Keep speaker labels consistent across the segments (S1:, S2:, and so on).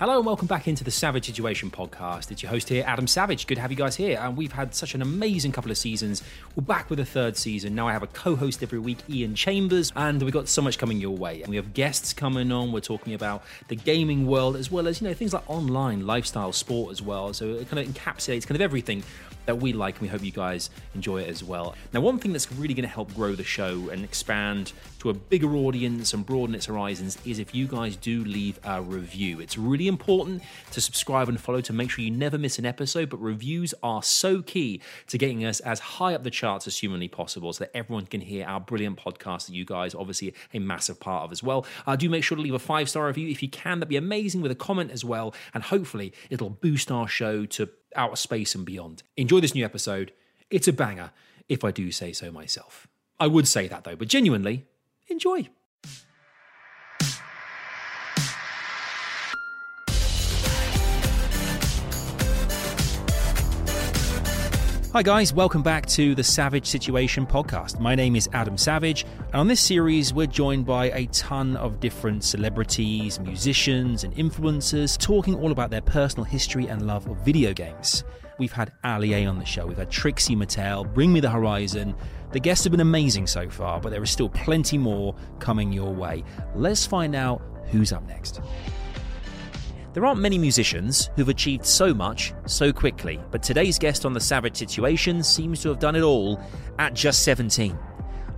S1: Hello and welcome back into the Savage Situation podcast. It's your host here, Adam Savage. Good to have you guys here. And we've had such an amazing couple of seasons. We're back with a third season. Now I have a co host every week, Ian Chambers, and we've got so much coming your way. And we have guests coming on. We're talking about the gaming world as well as, you know, things like online, lifestyle, sport as well. So it kind of encapsulates kind of everything that we like, and we hope you guys enjoy it as well. Now, one thing that's really going to help grow the show and expand to a bigger audience and broaden its horizons is if you guys do leave a review. It's really important to subscribe and follow to make sure you never miss an episode, but reviews are so key to getting us as high up the charts as humanly possible so that everyone can hear our brilliant podcast that you guys are obviously a massive part of as well. Uh, do make sure to leave a five star review if you can. That'd be amazing with a comment as well. And hopefully, it'll boost our show to outer space and beyond. Enjoy this new episode. It's a banger, if I do say so myself. I would say that though, but genuinely, enjoy. Hi, guys, welcome back to the Savage Situation podcast. My name is Adam Savage, and on this series, we're joined by a ton of different celebrities, musicians, and influencers talking all about their personal history and love of video games. We've had Ali A on the show, we've had Trixie Mattel, Bring Me the Horizon. The guests have been amazing so far, but there is still plenty more coming your way. Let's find out who's up next. There aren't many musicians who've achieved so much so quickly, but today's guest on The Savage Situation seems to have done it all at just 17.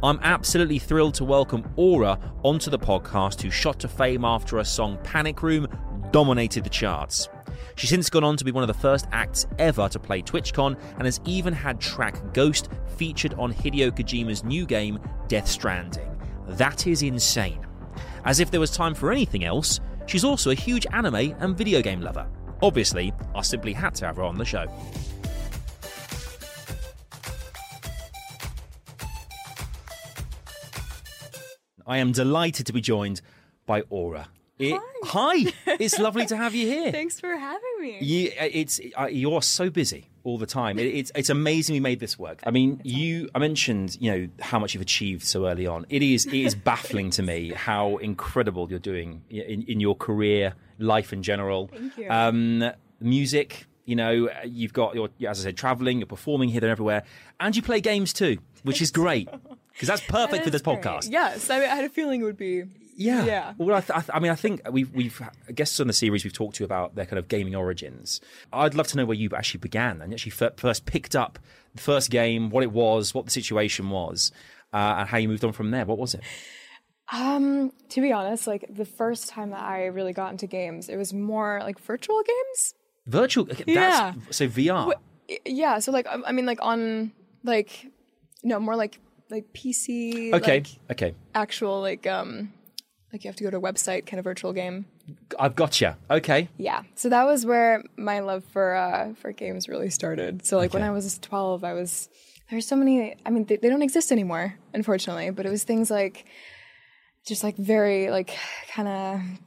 S1: I'm absolutely thrilled to welcome Aura onto the podcast, who shot to fame after her song Panic Room dominated the charts. She's since gone on to be one of the first acts ever to play TwitchCon and has even had track Ghost featured on Hideo Kojima's new game, Death Stranding. That is insane. As if there was time for anything else, she's also a huge anime and video game lover. Obviously, I simply had to have her on the show. I am delighted to be joined by Aura. It- hi, it's lovely to have you here.
S2: Thanks for having me.
S1: You, uh, it's uh, you're so busy all the time. It, it's it's amazing we made this work. I mean, you I mentioned you know how much you've achieved so early on. It is it is baffling to me how incredible you're doing i- in, in your career, life in general. Thank
S2: you.
S1: Um, music, you know, uh, you've got your as I said, traveling, you're performing here, there, and everywhere, and you play games too, which is great because that's perfect for this
S2: That's great.
S1: podcast.
S2: Yes, I, mean, I had a feeling it would be.
S1: Yeah.
S2: Yeah.
S1: Well, I, th- I, th- I mean, I think we've we've guests on the series we've talked to about their kind of gaming origins. I'd love to know where you actually began and actually fir- first picked up the first game, what it was, what the situation was, uh, and how you moved on from there. What was it?
S2: Um, to be honest, like the first time that I really got into games, it was more like virtual games.
S1: Virtual. okay,
S2: Yeah.
S1: That's, so VR.
S2: Y- Yeah, so like um, I I mean, like on like no more like like PC.
S1: okay.
S2: like,
S1: okay.
S2: actual like um like you have to go to a website kind of virtual game.
S1: I've got you. Okay.
S2: Yeah, so that was where my love for uh for games really started. So like when
S1: Okay.
S2: I was twelve, I was there's so many. I mean, they, they don't exist anymore, unfortunately. But it was things like just like very like kind of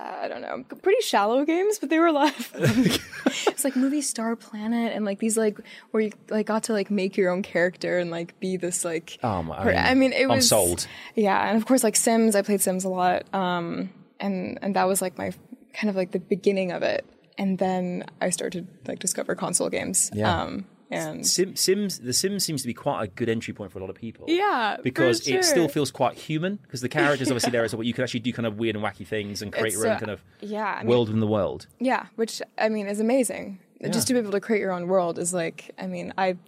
S2: I don't know, pretty shallow games, but they were alive. it's like movie Star Planet and like these like where you like got to like make your own character and like be this like.
S1: Oh my.
S2: per- I mean, it was
S1: I'm sold.
S2: yeah, and of course, like Sims, I played Sims a lot, um, and and that was like my kind of like the beginning of it. And then I started to, like discover console games.
S1: Yeah.
S2: Um, and
S1: Sim, Sims. The Sims seems to be quite a good entry point for a lot of people.
S2: Yeah, for
S1: Because it still
S2: sure.
S1: feels quite human. Because the characters obviously there as well. You can actually do kind of weird and wacky things and create
S2: It's,
S1: your own
S2: uh,
S1: kind of
S2: yeah, I mean-
S1: world in the world.
S2: yeah, which I mean is amazing. Just to be able to create your own world is like, I mean, I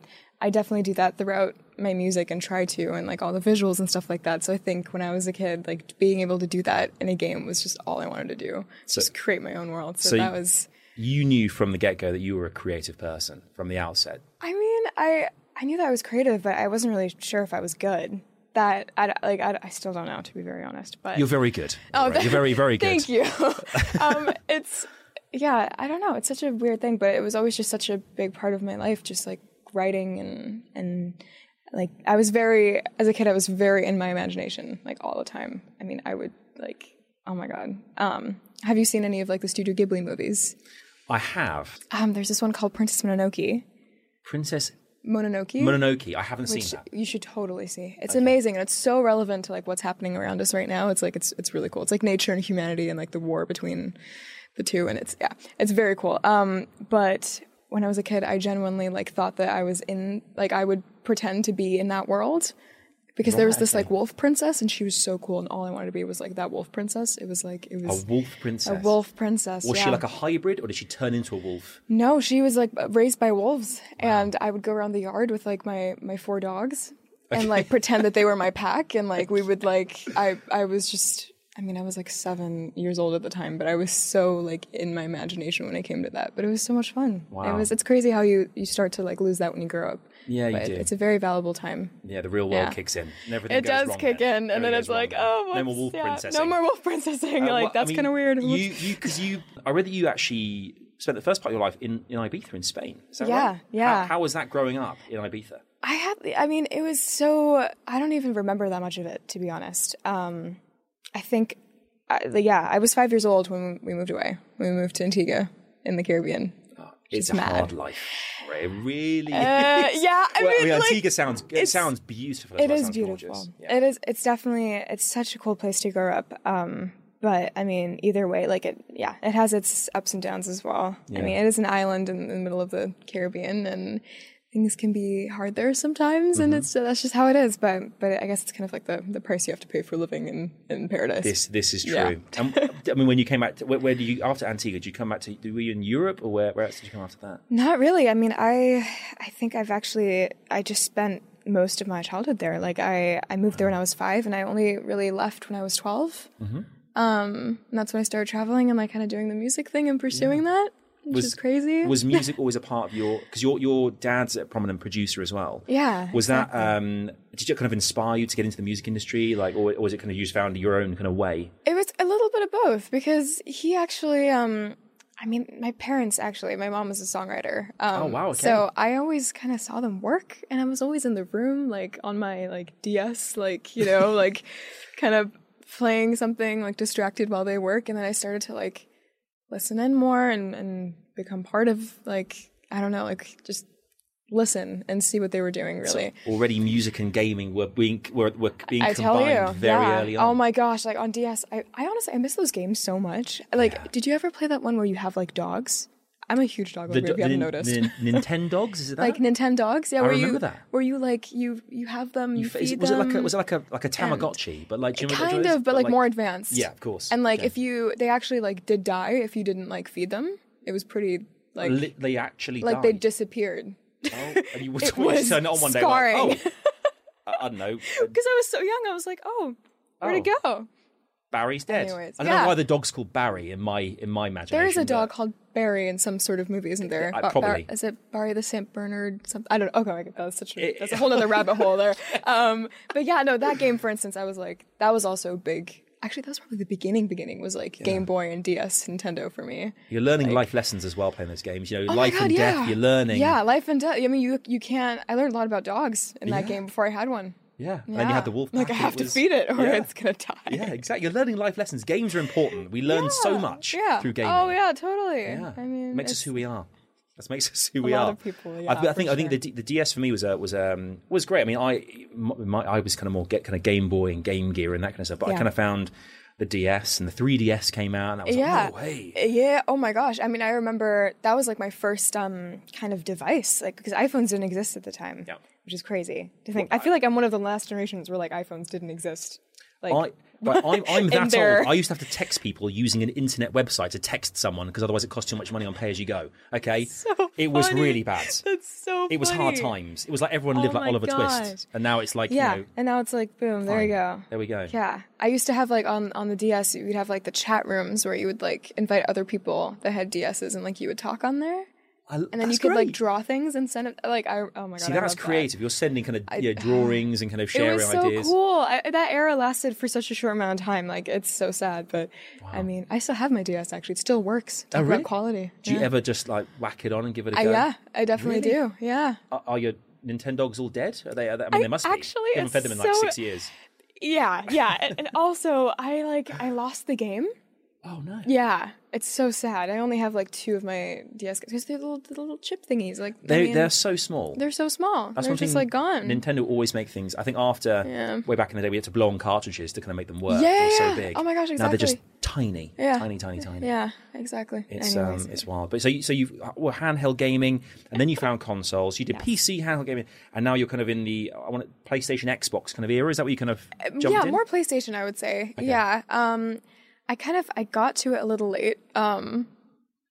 S2: I definitely do that throughout my music and try to, and like all the visuals and stuff like that. So I think when I was a kid, like being able to do that in a game was just all I wanted to do, just create my own world. So,
S1: so you-
S2: that was.
S1: you knew from the get go that you were a creative person from the outset.
S2: I mean, I I knew that I was creative, but I wasn't really sure if I was good. that I d- like I, d- I still don't know to be very honest. But
S1: You're very good.
S2: Oh,
S1: All right. You're very, very good.
S2: Thank you. um, it's yeah, I don't know. It's such a weird thing, but it was always just such a big part of my life, just like writing and and like I was very as a kid, I was very in my imagination like all the time. I mean, I would like oh my god. Um, have you seen any of like the Studio Ghibli movies?
S1: I have
S2: Um, there's this one called Princess Mononoke.
S1: Princess
S2: Mononoke.
S1: Mononoke. I haven't
S2: Which
S1: seen that.
S2: you should totally see. It's amazing and it's so relevant to like what's happening around us right now. It's like it's it's really cool. It's like nature and humanity and like the war between the two and it's yeah, it's very cool. Um but when I was a kid, I genuinely like thought that I was in like I would pretend to be in that world because there was this like wolf princess and she was so cool and all I wanted to be was like that wolf princess. It was like it
S1: A
S2: was
S1: wolf princess.
S2: a wolf princess.
S1: Was
S2: yeah.
S1: she like a hybrid, or did she turn into a wolf?
S2: No, she was like raised by wolves, and I would go around the yard with like my my four dogs, and like pretend that they were my pack, and like we would like I I was just I mean I was like seven years old at the time, but I was so like in my imagination when it came to that. But it was so much fun.
S1: Wow.
S2: It was it's crazy how you you start to like lose that when you grow up.
S1: Yeah, you
S2: but
S1: do.
S2: It's a very valuable time.
S1: Yeah, the real world
S2: Yeah.
S1: kicks in. And everything
S2: It
S1: goes
S2: does
S1: wrong
S2: kick
S1: then.
S2: in, and
S1: Everything
S2: then
S1: goes
S2: it's like,
S1: wrong then.
S2: oh,
S1: no more
S2: what's-
S1: wolf
S2: yeah,
S1: princess.
S2: No more wolf princessing.
S1: Uh,
S2: like
S1: what- I
S2: that's
S1: mean,
S2: kind of weird.
S1: You, you, because you, I read that you actually spent the first part of your life in, in Ibiza in Spain. Is that
S2: Yeah,
S1: right? How-
S2: yeah.
S1: how was that growing up in Ibiza?
S2: I had, I mean, it was so, I don't even remember that much of it, to be honest. Um, I think, I, the- yeah, I was five years old when we moved away, when we moved to Antigua in the Caribbean.
S1: It's
S2: Just
S1: a
S2: mad.
S1: hard life. It really is.
S2: Uh, yeah, I
S1: well,
S2: mean,
S1: mean,
S2: like,
S1: Antigua sounds it
S2: it's-
S1: sounds beautiful. as
S2: it
S1: well,
S2: is
S1: sounds
S2: beautiful.
S1: Gorgeous. Yeah.
S2: It is, it's definitely, it's such a cool place to grow up. Um, but I mean, either way, like it, yeah, it has its ups and downs as well. I mean, it is an island in, the middle of the Caribbean and things can be hard there sometimes. And
S1: Mm-hmm.
S2: it's, that's just how it is. But, but I guess it's kind of like the, the price you have to pay for living in, in paradise.
S1: This this is true.
S2: Yeah.
S1: And, I mean, when you came back, to, where, where did you after Antigua? Did you come back to? Were you in Europe or where? Where else did you come after that?
S2: Not really. I mean, I I think I've actually I just spent most of my childhood there. Like I I moved there when I was 5 and I only really left when I was 12. Mm-hmm. Um and that's when I started traveling and like kind of doing the music thing and pursuing that, which
S1: Was-
S2: is crazy.
S1: Was music always a part of your? Because your your dad's a prominent producer as well.
S2: Yeah,
S1: Was that? Um, did you kind of inspire you to get into the music industry? Like, or, or was it kind of you just found your own kind of way?
S2: It was a little bit of both because he actually, um, I mean, my parents actually, my mom was a songwriter. Um,
S1: Oh, wow, okay.
S2: So I always kind of saw them work and I was always in the room, like on my like DS, like, you know, like kind of playing something, like distracted while they work. And then I started to like listen in more and, and become part of like, I don't know, like just listen and see what they were doing really.
S1: Already, music and gaming were being were, were being
S2: I tell
S1: combined
S2: you,
S1: very
S2: yeah.
S1: early
S2: Oh
S1: on.
S2: my gosh, like on DS, I, I honestly I miss those games so much. Like, did you ever play that one where you have like dogs? I'm a huge dog lover.
S1: do-
S2: if you
S1: nin-
S2: haven't noticed,
S1: nin- Nintendogs is it that?
S2: like Nintendo dogs, yeah.
S1: I
S2: where
S1: remember
S2: you,
S1: that.
S2: Where you like you you have them, you,
S1: Is it-
S2: feed
S1: was it
S2: them.
S1: like a, was it like a like a Tamagotchi? But like do you remember what
S2: kind
S1: it was?
S2: of, but like, more advanced.
S1: Yeah, of course.
S2: And like
S1: Okay.
S2: if you, they actually like did die if you didn't like feed them. It was pretty like
S1: Li- they actually
S2: like
S1: died.
S2: they disappeared.
S1: Oh, and you would
S2: it
S1: always
S2: was
S1: turn it on one day.
S2: scarring.
S1: Like, oh, I- I don't know.
S2: Because I was so young, I was like, oh, where'd it
S1: Oh.
S2: go?
S1: Barry's dead.
S2: Anyways,
S1: I don't know
S2: yeah.
S1: why the dog's called Barry in my in my imagination.
S2: There is a dog
S1: but-
S2: called Barry in some sort of movie, isn't there?
S1: Uh,
S2: Ba- Bar-
S1: probably.
S2: is it Barry the St. Bernard? Something? I don't know. Okay, like, that's such a, that's a whole other rabbit hole there. Um, but yeah, no, that game, for instance, I was like, that was also big. Actually, that was probably the beginning, beginning was like Game Boy and DS Nintendo for me.
S1: You're learning life lessons as well playing those games. You know,
S2: Oh my
S1: life
S2: God,
S1: and
S2: yeah.
S1: death. You're learning.
S2: Yeah, life and death. I mean, you you can't. I learned a lot about dogs in that game before I had one.
S1: Yeah. And then you
S2: Yeah.
S1: have the wolf.
S2: Like, I
S1: pack.
S2: have to
S1: was-
S2: feed it or
S1: yeah.
S2: it's going to die.
S1: Yeah, exactly. You're learning life lessons. Games are important. We learn so much
S2: Yeah.
S1: through gaming.
S2: Oh, yeah, totally.
S1: Yeah.
S2: I mean,
S1: makes us
S2: it's-
S1: who we are. That makes us who
S2: A
S1: we
S2: lot
S1: are.
S2: of people,
S1: I-
S2: yeah,
S1: I,
S2: for
S1: think I think the, D- the DS for me was uh, was um, was great. I mean, I my, I was kind of more get kind of Game Boy and Game Gear and that kind of stuff. But I
S2: Yeah.
S1: kind of found the DS and the 3DS came out, and I was
S2: yeah.
S1: like, no way.
S2: Yeah. Oh my gosh. I mean, I remember that was like my first um kind of device, like because iPhones didn't exist at the time.
S1: Yeah.
S2: Which is crazy to think. I feel like I'm one of the last generations where like iPhones didn't exist. Like
S1: I, but I'm, I'm
S2: in
S1: that
S2: their-
S1: old. I used to have to text people using an internet website to text someone because otherwise it cost too much money on pay as you go. Okay, it was
S2: funny.
S1: really bad.
S2: that's so.
S1: It was hard times. It was like everyone lived
S2: Oh
S1: like
S2: my
S1: Oliver
S2: gosh.
S1: Twist, and now it's like
S2: Yeah.
S1: you know,
S2: and now it's like boom. There you go.
S1: there we go.
S2: Yeah. I used to have like on on the DS, you would have like the chat rooms where you would like invite other people that had DSs and like you would talk on there.
S1: I, and
S2: and then you could like draw things and send it. Like I, oh my god,
S1: See,
S2: I
S1: that's
S2: love that.
S1: creative. You're sending kind of
S2: I-
S1: yeah, drawings and kind of
S2: It
S1: sharing
S2: was so
S1: ideas.
S2: cool. I, that era lasted for such a short amount of time. Like it's so sad, but I mean, I still have my DS. Actually, it still works. Talk
S1: Oh, really?
S2: about quality.
S1: Do you
S2: yeah.
S1: ever just like whack it on and give it a
S2: I,
S1: go?
S2: yeah, I definitely do. Yeah,
S1: Are, are your Nintendogs all dead? Are they? Are they I mean,
S2: I-
S1: they must be.
S2: actually,
S1: you haven't fed them in
S2: it's
S1: like
S2: so-
S1: six years.
S2: yeah, yeah. and, and also, I like I lost the game.
S1: Oh no.
S2: Yeah, it's so sad. I only have like two of my DS because they're little the little chip thingies. Like I
S1: They
S2: mean,
S1: they're so small.
S2: they're so small.
S1: That's
S2: they're
S1: one
S2: just
S1: thing
S2: like gone.
S1: Nintendo always make things. I think after way back in the day, we had to blow on cartridges to kind of make them work.
S2: Yeah,
S1: they were so
S2: yeah.
S1: big.
S2: Oh my gosh,
S1: Now they're just
S2: exactly.
S1: tiny,
S2: Yeah.
S1: tiny, tiny, tiny.
S2: yeah, exactly.
S1: It's
S2: Anyways.
S1: um, it's wild. But so you, so you were handheld gaming, and then you found consoles. You did PC handheld gaming, and now you're kind of in the I want it- PlayStation, Xbox kind of era. Is that what you kind of jumped
S2: Um, yeah,
S1: in?
S2: more PlayStation, I would say. Yeah. Um, I kind of I got to it a little late. Um,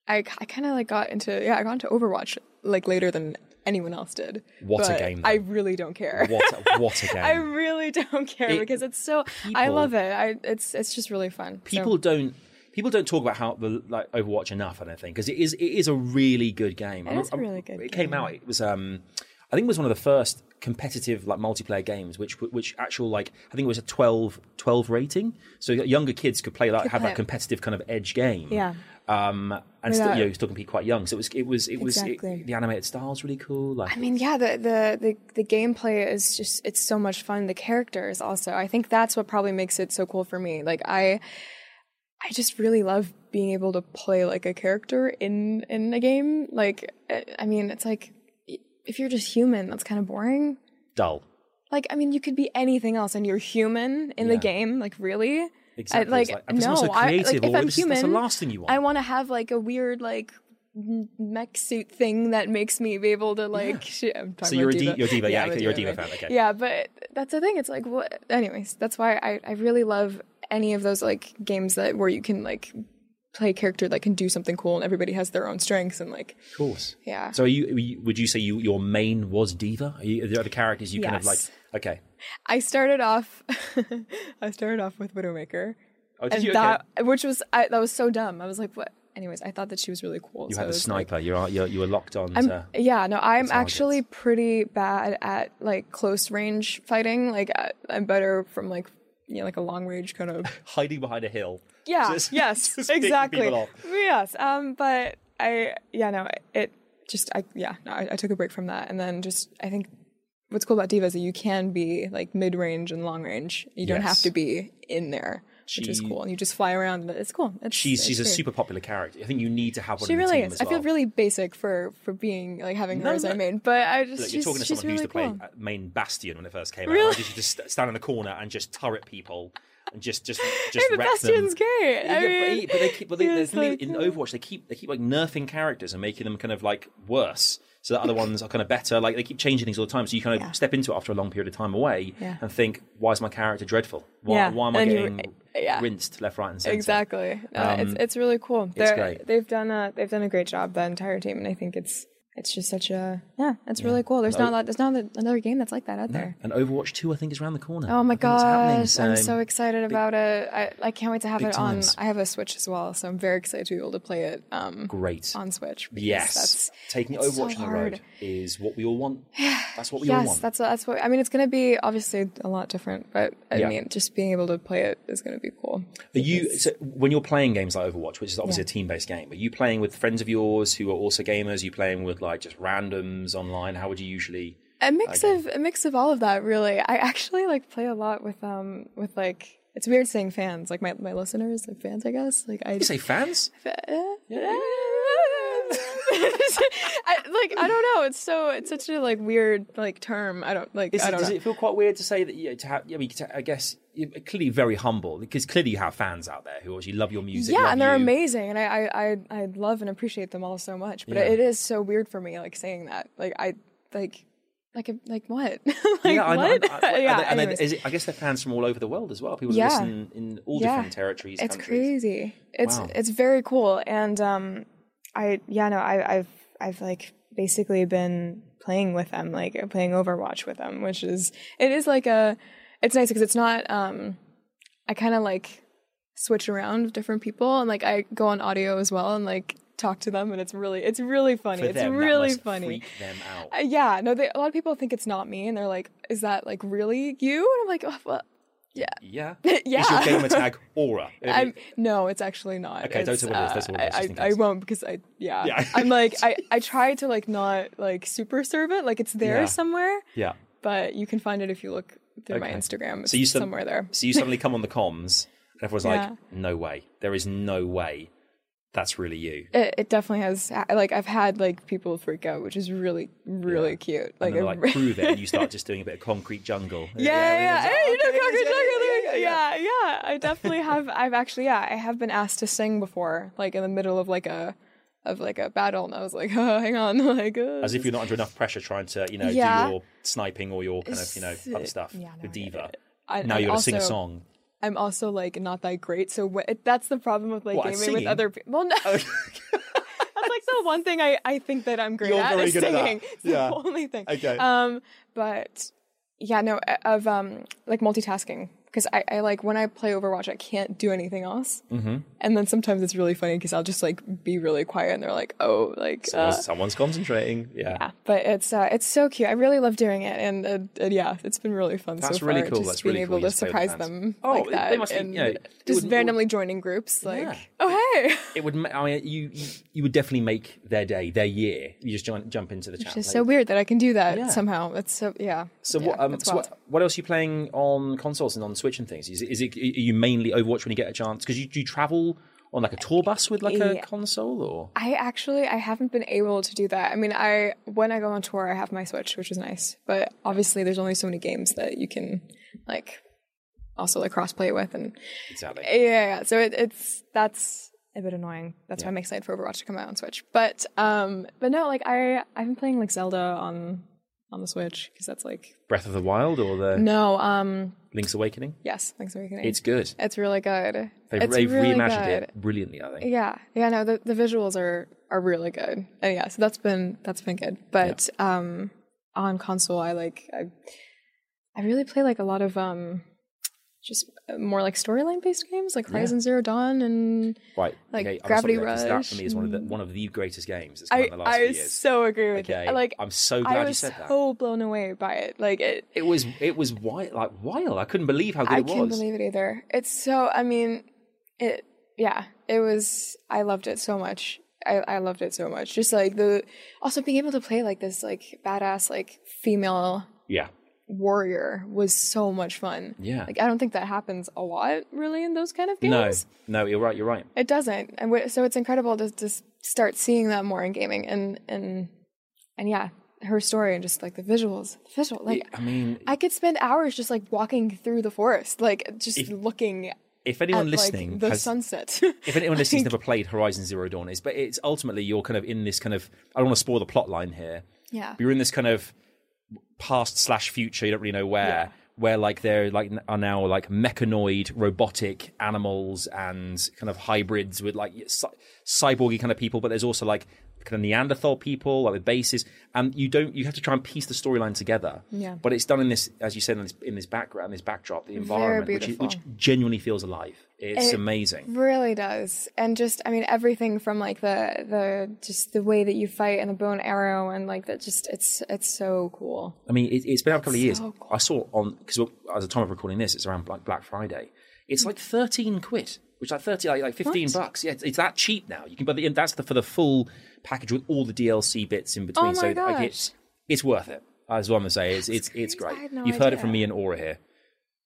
S2: I I kind of like got into yeah I got into Overwatch like later than anyone else did.
S1: What a
S2: But
S1: game,
S2: I
S1: though.
S2: really don't care.
S1: What a, what a game!
S2: I really don't care
S1: It-
S2: because it's so I
S1: people-
S2: love it. I it's it's just really fun. So-
S1: people don't people don't talk about how the like Overwatch enough. I don't think because it is it is a really good game. It
S2: is a really good
S1: It came out. It was um, I think it was one of the first competitive like multiplayer games which which actual like I think it was a 12, 12 rating, so younger kids could play like have
S2: play
S1: that
S2: it.
S1: competitive kind of edge game.
S2: Yeah.
S1: Um, and still
S2: Without-
S1: you know, still compete quite young. So it was it was it was it-
S2: Exactly.
S1: the animated style was really cool. Like
S2: I mean, yeah, the, the the the gameplay is just it's so much fun. The characters also. I think that's what probably makes it so cool for me. Like I I just really love being able to play like a character in in a game. Like I I mean, it's like if you're just human, that's kind of boring.
S1: dull.
S2: Like I mean, you could be anything else and you're human in the
S1: Yeah.
S2: game. Like really? I-
S1: Exactly. It's
S2: like
S1: like, I'm
S2: no,
S1: so
S2: I
S1: creative,
S2: like if
S1: or
S2: I'm
S1: this is-
S2: human,
S1: that's the last thing you want.
S2: I want to have like a weird like m- mech suit thing that makes me be able to like. Shit, I'm talking
S1: So you're a
S2: about
S1: D-
S2: diva.
S1: you're a diva, yeah,
S2: I'm
S1: okay, you're a diva
S2: man.
S1: fan, okay.
S2: Yeah, but that's the thing. It's like what. Anyways, that's why I I really love any of those like games that where you can like play a character that can do something cool and everybody has their own strengths and like
S1: Of course.
S2: Yeah.
S1: So are you, are you- would you say you, your main was Diva? Are, you, are there other characters you kind of like?
S2: Yes.
S1: Okay.
S2: I started off I started off with Widowmaker.
S1: Oh, did
S2: And
S1: you?
S2: that
S1: okay.
S2: which was I, that was so dumb. I was like, what? Anyways, I thought that she was really cool.
S1: You
S2: so
S1: had
S2: I
S1: the
S2: was like-
S1: sniper. You're, you're you were locked on.
S2: I'm-
S1: to,
S2: yeah, no, I'm
S1: the targets.
S2: actually pretty bad at like close range fighting. Like I, I'm better from like you know, like a long range kind of.
S1: hiding behind a hill.
S2: Yeah.
S1: Just-
S2: yes.
S1: just picking
S2: exactly.
S1: people off.
S2: Yes. Um. But I. Yeah. No. It just. I. Yeah. No. I, I took a break from that, and then just. I think what's cool about diva is that you can be like mid range and long range. You don't
S1: Yes.
S2: have to be in there, which is
S1: She-
S2: cool. And you just fly around. It's cool. It's,
S1: She's
S2: it's
S1: she's a
S2: great.
S1: super popular character. I think you need to have one.
S2: She
S1: in the
S2: really
S1: team
S2: is.
S1: As
S2: I feel
S1: well.
S2: really basic for for being like having
S1: No,
S2: her as
S1: no.
S2: my main, but I just
S1: Look,
S2: she's,
S1: you're talking to
S2: she's
S1: someone who
S2: really
S1: used to play
S2: cool.
S1: uh, main Bastion when it first came out.
S2: Really?
S1: Like, you should just st- stand in the corner and just turret people and just just just
S2: Hey, but
S1: wreck
S2: Bastion's
S1: them.
S2: great. I
S1: Yeah, but-
S2: mean,
S1: but they keep. But they,
S2: yeah,
S1: the
S2: it's
S1: thing
S2: like, uh,
S1: in
S2: yeah.
S1: Overwatch, they keep they keep like nerfing characters and making them kind of like worse, so that other ones are kind of better. Like they keep changing things all the time, so you kind of step into it after a long period of time away
S2: Yeah.
S1: and think, "Why is my character dreadful? Why,
S2: Yeah.
S1: why am I
S2: And you- eh,
S1: getting
S2: yeah.
S1: rinsed left, right, and center?"
S2: exactly. No,
S1: Um,
S2: it's it's really cool. They're,
S1: great.
S2: They've done a they've done a great job. The entire team, and I think it's it's just such a yeah. It's really cool. There's
S1: No.
S2: not a lot, there's not a- another game that's like that out there.
S1: And Overwatch Two, I think, is around the corner.
S2: Oh my
S1: I think it's happening,
S2: gosh, I'm so excited about it. I, I can't wait to have
S1: big
S2: it
S1: times.
S2: on. I have a Switch as well, so I'm very excited to be able to play it um,
S1: great.
S2: on Switch. because
S1: Yes,
S2: that's-
S1: taking
S2: it's so
S1: Overwatch on the road
S2: hard.
S1: is what we all want. That's what we all
S2: yes,
S1: want.
S2: that's that's what I mean. It's going to be obviously a lot different, but I
S1: Yeah.
S2: mean, just being able to play it is going to be cool.
S1: Are you so when you're playing games like Overwatch, which is obviously a team-based game? Are you playing with friends of yours who are also gamers? Are you playing with like just randoms online? How would you usually?
S2: A mix of a mix of all of that, really. I actually like play a lot with um with like it's weird saying fans, like my my listeners, like fans, I guess. Like I
S1: You say fans?
S2: I, like I don't know. It's so it's such a like weird like term. I don't like
S1: Is
S2: I
S1: it,
S2: don't
S1: does
S2: know.
S1: it feel quite weird to say that? You know, to have, I mean, to, I guess you're clearly very humble because clearly you have fans out there who actually love your music.
S2: yeah,
S1: love
S2: and they're
S1: you.
S2: amazing, and I, I I I love and appreciate them all so much. But
S1: Yeah.
S2: it is so weird for me, like saying that. Like I like like like what? like
S1: yeah, I know.
S2: what?
S1: I, I,
S2: yeah,
S1: yeah, and
S2: anyways.
S1: is it, I guess they're fans from all over the world as well. People who
S2: Yeah.
S1: listen in all
S2: Yeah.
S1: different territories.
S2: it's
S1: countries.
S2: crazy. It's
S1: Wow.
S2: it's very cool, and um, I yeah no, I I've I've like basically been playing with them, like playing Overwatch with them, which is it is like a it's nice because it's not um, I kind of like switch around with different people and like I go on audio as well and like talk to them, and it's really it's really funny.
S1: For
S2: it's
S1: them, that
S2: really
S1: must
S2: funny.
S1: Freak them out.
S2: Uh, yeah, no, they, a lot of people think it's not me, and they're like, "Is that like really you?" And I'm like, "Oh, well,
S1: yeah.
S2: yeah."
S1: Is your gamer tag Aura?
S2: I'm, no, it's actually not.
S1: Okay, don't
S2: It's, uh,
S1: tell what it is, don't tell what it is,
S2: I-
S1: just in
S2: I, I
S1: case.
S2: won't because I yeah.
S1: Yeah.
S2: I'm like I I try to like not like super serve it. Like it's there
S1: Yeah.
S2: somewhere,
S1: yeah.
S2: but you can find it if you look through my
S1: Okay.
S2: Instagram. It's
S1: So you sub-
S2: somewhere there.
S1: So you suddenly come on the comms, and everyone's
S2: Yeah.
S1: like, "No way! There is no way that's really you."
S2: It, it definitely has. I- Like I've had like people freak out, which is really really
S1: Yeah.
S2: cute.
S1: And
S2: Like,
S1: they're
S2: I-
S1: like, "Prove it!" And you start just doing a bit of concrete jungle.
S2: Yeah, yeah,
S1: everyone's
S2: yeah.
S1: like,
S2: Hey, you know
S1: "Okay,
S2: Cocker
S1: yeah,
S2: Chocolate. Yeah, yeah. I definitely have. I've actually, yeah, I have been asked to sing before, like in the middle of like a, of like a battle, and I was like, oh, hang on, like. Uh,
S1: As if you're not under enough pressure trying to, you know,
S2: Yeah.
S1: do your sniping or your kind of, you know, other stuff.
S2: Yeah, no,
S1: the
S2: I-
S1: diva.
S2: I-
S1: now
S2: and
S1: you got to sing a
S2: also-
S1: song.
S2: I'm also like not that great, so wh- it- that's the problem with like
S1: What, at
S2: gaming with
S1: singing?
S2: other people. Well, no. That's like the one thing I, I think that I'm great
S1: You're
S2: at
S1: very
S2: is
S1: good at that.
S2: singing. It's
S1: Yeah.
S2: the only thing.
S1: Okay.
S2: Um, but yeah, no, uh, of um, like multitasking because I, I like when I play Overwatch, I can't do anything else. Mm-hmm. And then sometimes it's really funny because I'll just like be really quiet, and they're like, "Oh, like."
S1: Someone's,
S2: uh,
S1: someone's concentrating. Yeah.
S2: yeah, but it's uh, it's so cute. I really love doing it, and, uh, and yeah, it's been really fun
S1: That's
S2: so
S1: really
S2: far.
S1: cool.
S2: Just
S1: That's
S2: being
S1: really
S2: able
S1: cool. You
S2: to
S1: just play with
S2: surprise
S1: fans.
S2: them.
S1: Oh,
S2: like
S1: they
S2: that,
S1: must be-
S2: and
S1: you know, it
S2: just
S1: wouldn't-
S2: randomly joining groups. Like,
S1: Yeah.
S2: oh hey,
S1: It would. ma- I mean, you you- you would definitely make their day, their year. You just jump, jump into the chat.
S2: it's just
S1: like-
S2: so weird that I can do that
S1: Yeah.
S2: somehow. That's so yeah.
S1: So
S2: Yeah,
S1: what? Um,
S2: that's
S1: so
S2: wild.
S1: what, what else are you playing on consoles and on Switch and things? Is it, is it are you mainly Overwatch when you get a chance? Because you do you travel on like a tour bus with like a
S2: Yeah.
S1: console or
S2: I actually I haven't been able to do that. I mean, I when I go on tour, I have my Switch, which is nice. But obviously, there's only so many games that you can like also like cross play with, and
S1: exactly.
S2: Yeah, yeah, yeah. So it, it's that's a bit annoying. That's why I'm excited for Overwatch to come out on Switch. But um, but no, like I I've been playing like Zelda on on the Switch because that's like
S1: Breath of the Wild or the
S2: no um
S1: Link's Awakening.
S2: yes thanks for making
S1: It's good.
S2: it's really good.
S1: They've,
S2: it's
S1: they've
S2: really
S1: reimagined
S2: good.
S1: it brilliantly. I think.
S2: Yeah, yeah. No, the the visuals are are really good. And yeah, so that's been that's been good. But um, on console, I like I, I really play like a lot of um, just uh, more like storyline based games like Horizon Zero Dawn and
S1: Right.
S2: Like
S1: okay, I'm
S2: Gravity
S1: sorry, 'cause That
S2: Rush
S1: for me is one of the one of the greatest games that's come out
S2: I
S1: in the last few
S2: I
S1: years.
S2: so agree with
S1: okay.
S2: you. I, Like
S1: I'm so
S2: I
S1: glad you
S2: was
S1: said that.
S2: so blown away by it. Like it,
S1: It was it was wild, like wild. I couldn't believe how good
S2: I
S1: it was.
S2: can't believe it either. It's so. I mean, it. Yeah, it was. I loved it so much. I, I loved it so much. Just like the, also being able to play like this, like badass, like female
S1: yeah.
S2: warrior was so much fun.
S1: Yeah.
S2: Like I don't think that happens a lot, really, in those kind of
S1: No,
S2: games.
S1: no, you're right. You're right.
S2: It doesn't, and wh- so it's incredible to just start seeing that more in gaming, and and and yeah, her story and just like the visuals, visual. Like
S1: I mean,
S2: I could spend hours just like walking through the forest, like just looking
S1: if anyone
S2: at,
S1: listening
S2: like, the
S1: has,
S2: sunset.
S1: if anyone listening's never played Horizon Zero Dawn, is but it's ultimately you're kind of in this kind of I don't want to spoil the plot line here.
S2: yeah.
S1: You're in this kind of past slash future. You don't really know where. Where like there like n- are now like mechanoid robotic animals and kind of hybrids with like cy- cyborgy kind of people, but there's also like kind of Neanderthal people like with bases, and you don't you have to try and piece the storyline together.
S2: Yeah.
S1: But it's done in this, as you said, in this, in this background, this backdrop, the environment, which, is,
S2: beautiful.
S1: which genuinely feels alive. It's amazing.
S2: Really does. And just I mean everything from like the the just the way that you fight and the bow and arrow and like that just it's it's so cool.
S1: I mean, it, it's been out a couple of years.
S2: so
S1: I saw on because at the time of recording this, it's around like Black Friday. It's like thirteen quid, which like thirty, like, like fifteen bucks. Yeah, it's, it's that cheap now. You can, but the, and that's the, for the full package with all the DLC bits in between.
S2: Oh my
S1: so like, it's it's worth it. That's what I'm gonna say. It's it's it's
S2: crazy. I
S1: great.
S2: had no
S1: You've heard it
S2: idea.
S1: from me and Aura here.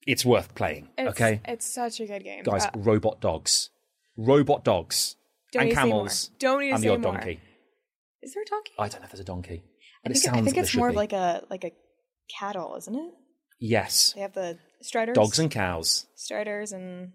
S1: It's worth playing.
S2: It's,
S1: okay,
S2: It's such a good game.
S1: guys,
S2: Uh,
S1: robot dogs, robot dogs,
S2: don't
S1: and
S2: need to say more.
S1: camels.
S2: Don't need to
S1: and
S2: say
S1: the odd
S2: more.
S1: donkey.
S2: is there a donkey?
S1: I don't know if there's a donkey,
S3: I
S1: but it
S3: think,
S1: sounds.
S3: I think
S1: there
S3: it's
S1: should
S3: more of
S1: be.
S3: like a like a cattle, isn't it?
S1: yes,
S3: They have the striders,
S1: dogs and cows.
S3: striders, and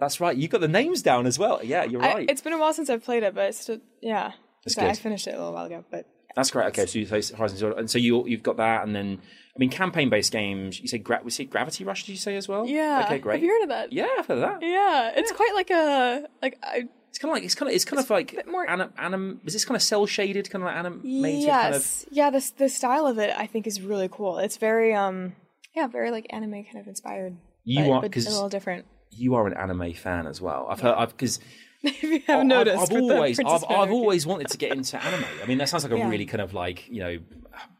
S1: That's right. You got the names down as well. Yeah, you're
S2: I-
S1: right.
S2: it's been a while since I've played it, but it's still, yeah.
S1: It's
S3: I
S1: good.
S3: finished it a little while ago. But
S1: That's great. Okay, so you say Horizon Zero, and so you you've got that, and then I mean campaign-based games. You say gra- we say Gravity Rush. Did you say as well?
S2: Yeah.
S1: Okay, great.
S2: Have you heard of that?
S1: yeah, I've heard of that.
S2: Yeah. It's quite like a like I
S1: It's kind of like it's kind of it's kind of like
S2: bit more-
S1: anim, anim. Is this kind of cell shaded? Kind of like animated? Kind of,
S3: yes, yeah, this the style of it I think is really cool. It's very um
S2: yeah, very like anime kind of inspired.
S1: you
S3: but-
S1: are
S3: but a
S1: because
S3: little different.
S1: you are an anime fan as well. I've heard I've because
S4: if you have noticed.
S1: Oh, I've,
S4: with the
S1: always,
S4: Princess
S1: I've, I've
S4: Mononoke.
S1: always wanted to get into anime. I mean, that sounds like a
S2: Yeah.
S1: really kind of like you know,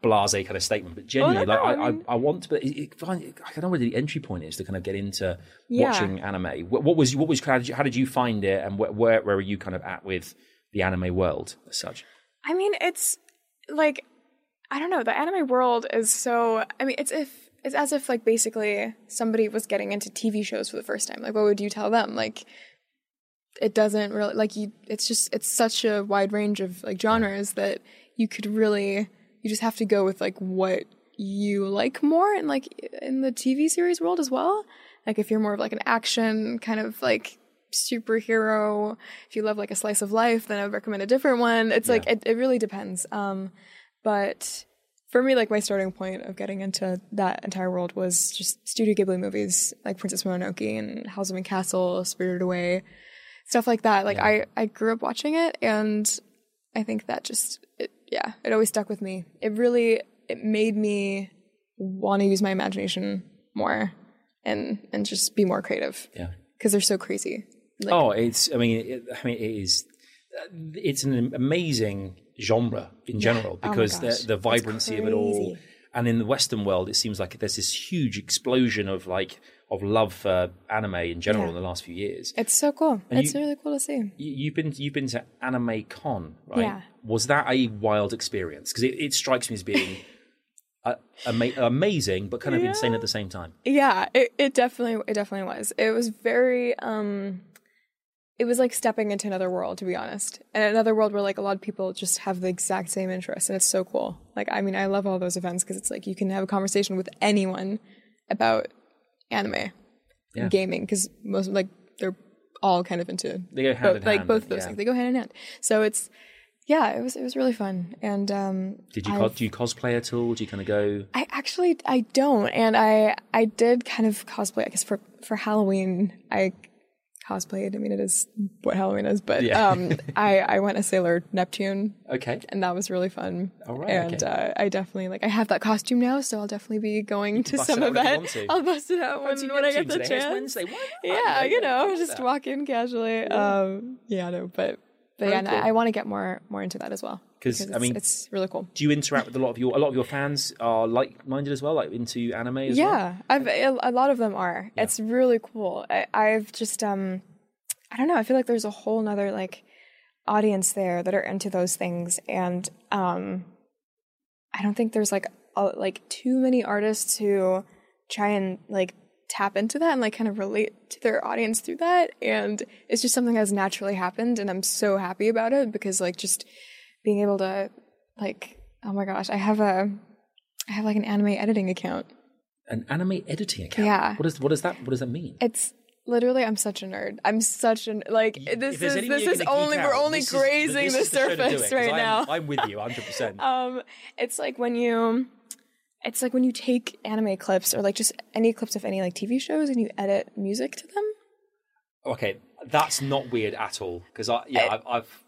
S1: blasé kind of statement, but genuinely,
S4: Oh, no,
S1: like I,
S4: I mean-
S1: I, I want, to- but it, it, I don't know where the entry point is to kind of get into
S4: Yeah.
S1: watching anime. What, what was what was how did, you, how did you find it, and where, where where are you kind of at with the anime world as such?
S2: I mean, it's like I don't know. The anime world is so. I mean, it's if it's as if like basically somebody was getting into TV shows for the first time. Like, what would you tell them? Like, it doesn't really like you. It's just it's such a wide range of like genres that you could really you just have to go with like what you like more and like in the TV series world as well. Like if you're more of like an action kind of like superhero, if you love like a slice of life, then I would recommend a different one. It's like it, it really depends. Um, but for me, like my starting point of getting into that entire world was just Studio Ghibli movies like Princess Mononoke and House of Castle, Spirited Away, stuff like that. Like I, I grew up watching it, and I think that just it, yeah, it always stuck with me. It really it made me want to use my imagination more and and just be more creative
S1: Yeah.
S2: because they're so crazy. Like,
S1: oh, it's. I mean, it, I mean, it is. uh, It's an amazing genre in general
S2: Oh
S1: because the, the vibrancy of it all. And in the Western world, it seems like there's this huge explosion of like of love for anime in general in the last few years.
S2: It's so cool. it's
S1: you-
S2: really cool to see.
S1: You- You've been you've been to Anime Con, right?
S2: Yeah.
S1: Was that a wild experience? Because it, it strikes me as being a, ama- amazing, but kind of insane at the same time.
S2: Yeah, it, it definitely it definitely was. It was very um it was like stepping into another world to be honest. And another world where like a lot of people just have the exact same interests and it's so cool. Like I mean, I love all those events cuz it's like you can have a conversation with anyone about anime
S1: Yeah.
S2: and gaming cuz most like they're all kind of into
S1: They go hand
S2: both,
S1: in
S2: like
S1: hand,
S2: both those
S1: yeah.
S2: things. They go hand in hand. So it's yeah, it was it was really fun. And um
S1: Did you co- do you cosplay at all? Do you kind of go?
S2: I actually I don't, and I I did kind of cosplay. I guess for for Halloween I cosplayed. I mean, it is what Halloween is, but
S1: Yeah.
S2: um, I I went as Sailor Neptune,
S1: Okay.
S2: and that was really fun.
S1: All right,
S2: and
S1: okay.
S2: uh, I definitely like I have that costume now, so I'll definitely be going to
S1: bust
S2: some
S1: it out when you
S2: event.
S1: want to.
S2: I'll bust it out when, when I get the
S1: Neptune today. It's
S2: chance.
S1: Wednesday. Why not?
S2: Yeah, you know,
S1: do
S2: just
S1: that.
S2: walk in casually. Um, yeah, no, but but yeah, and I, I want to get more more into that as well
S1: 'Cause, I
S2: it's-
S1: mean-
S2: it's really cool.
S1: Do you interact with a lot of your a lot of your fans are like minded as well, like into anime as well?
S2: yeah i've a a lot of them are it's really cool I, i've just um i don't know i feel like there's a whole nother like audience there that are into those things and um i don't think there's like a, like too many artists who try and like tap into that and like kind of relate to their audience through that and it's just something that's naturally happened and i'm so happy about it because like just being able to like oh my gosh i have a i have like an anime editing account
S1: An anime editing account.
S2: Yeah.
S1: What does what does that what does that mean?
S2: It's literally I'm such a nerd. I'm such an like
S1: If
S2: this
S1: there's
S2: is
S1: anything
S2: this
S1: you're
S2: is
S1: gonna geek
S2: only
S1: out,
S2: we're only
S1: this is-
S2: grazing
S1: this
S2: the
S1: is show to do it,
S2: surface
S1: 'cause
S2: right
S1: I'm-
S2: now.
S1: I'm with you 100%.
S2: um it's like when you it's like when you take anime clips or like just any clips of any like TV shows and you edit music to them.
S1: okay, that's not weird at all because I yeah, I've, I've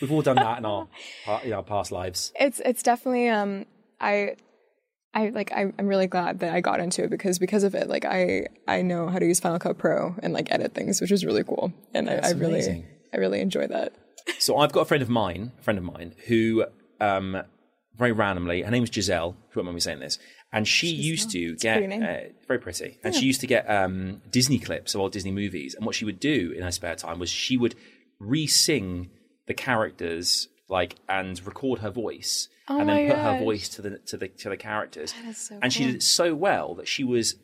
S1: we've all done that in our pa- in our past lives.
S2: It's it's definitely um I I like I I'm really glad that I got into it because because of it like I I know how to use Final Cut Pro and like edit things which is really cool and I, I really
S1: amazing.
S2: I really enjoy that.
S1: So I've got a friend of mine, a friend of mine who um very randomly, her name's Giselle. She won't mind me saying this, and she used to get
S2: pretty name.
S1: uh, very pretty, and she used to get um Disney clips of old Disney movies. And what she would do in her spare time was she would re-sing the characters like and record her voice. and then
S2: Oh my
S1: put her
S2: gosh.
S1: voice to the to the to the characters, and she did it so well that she was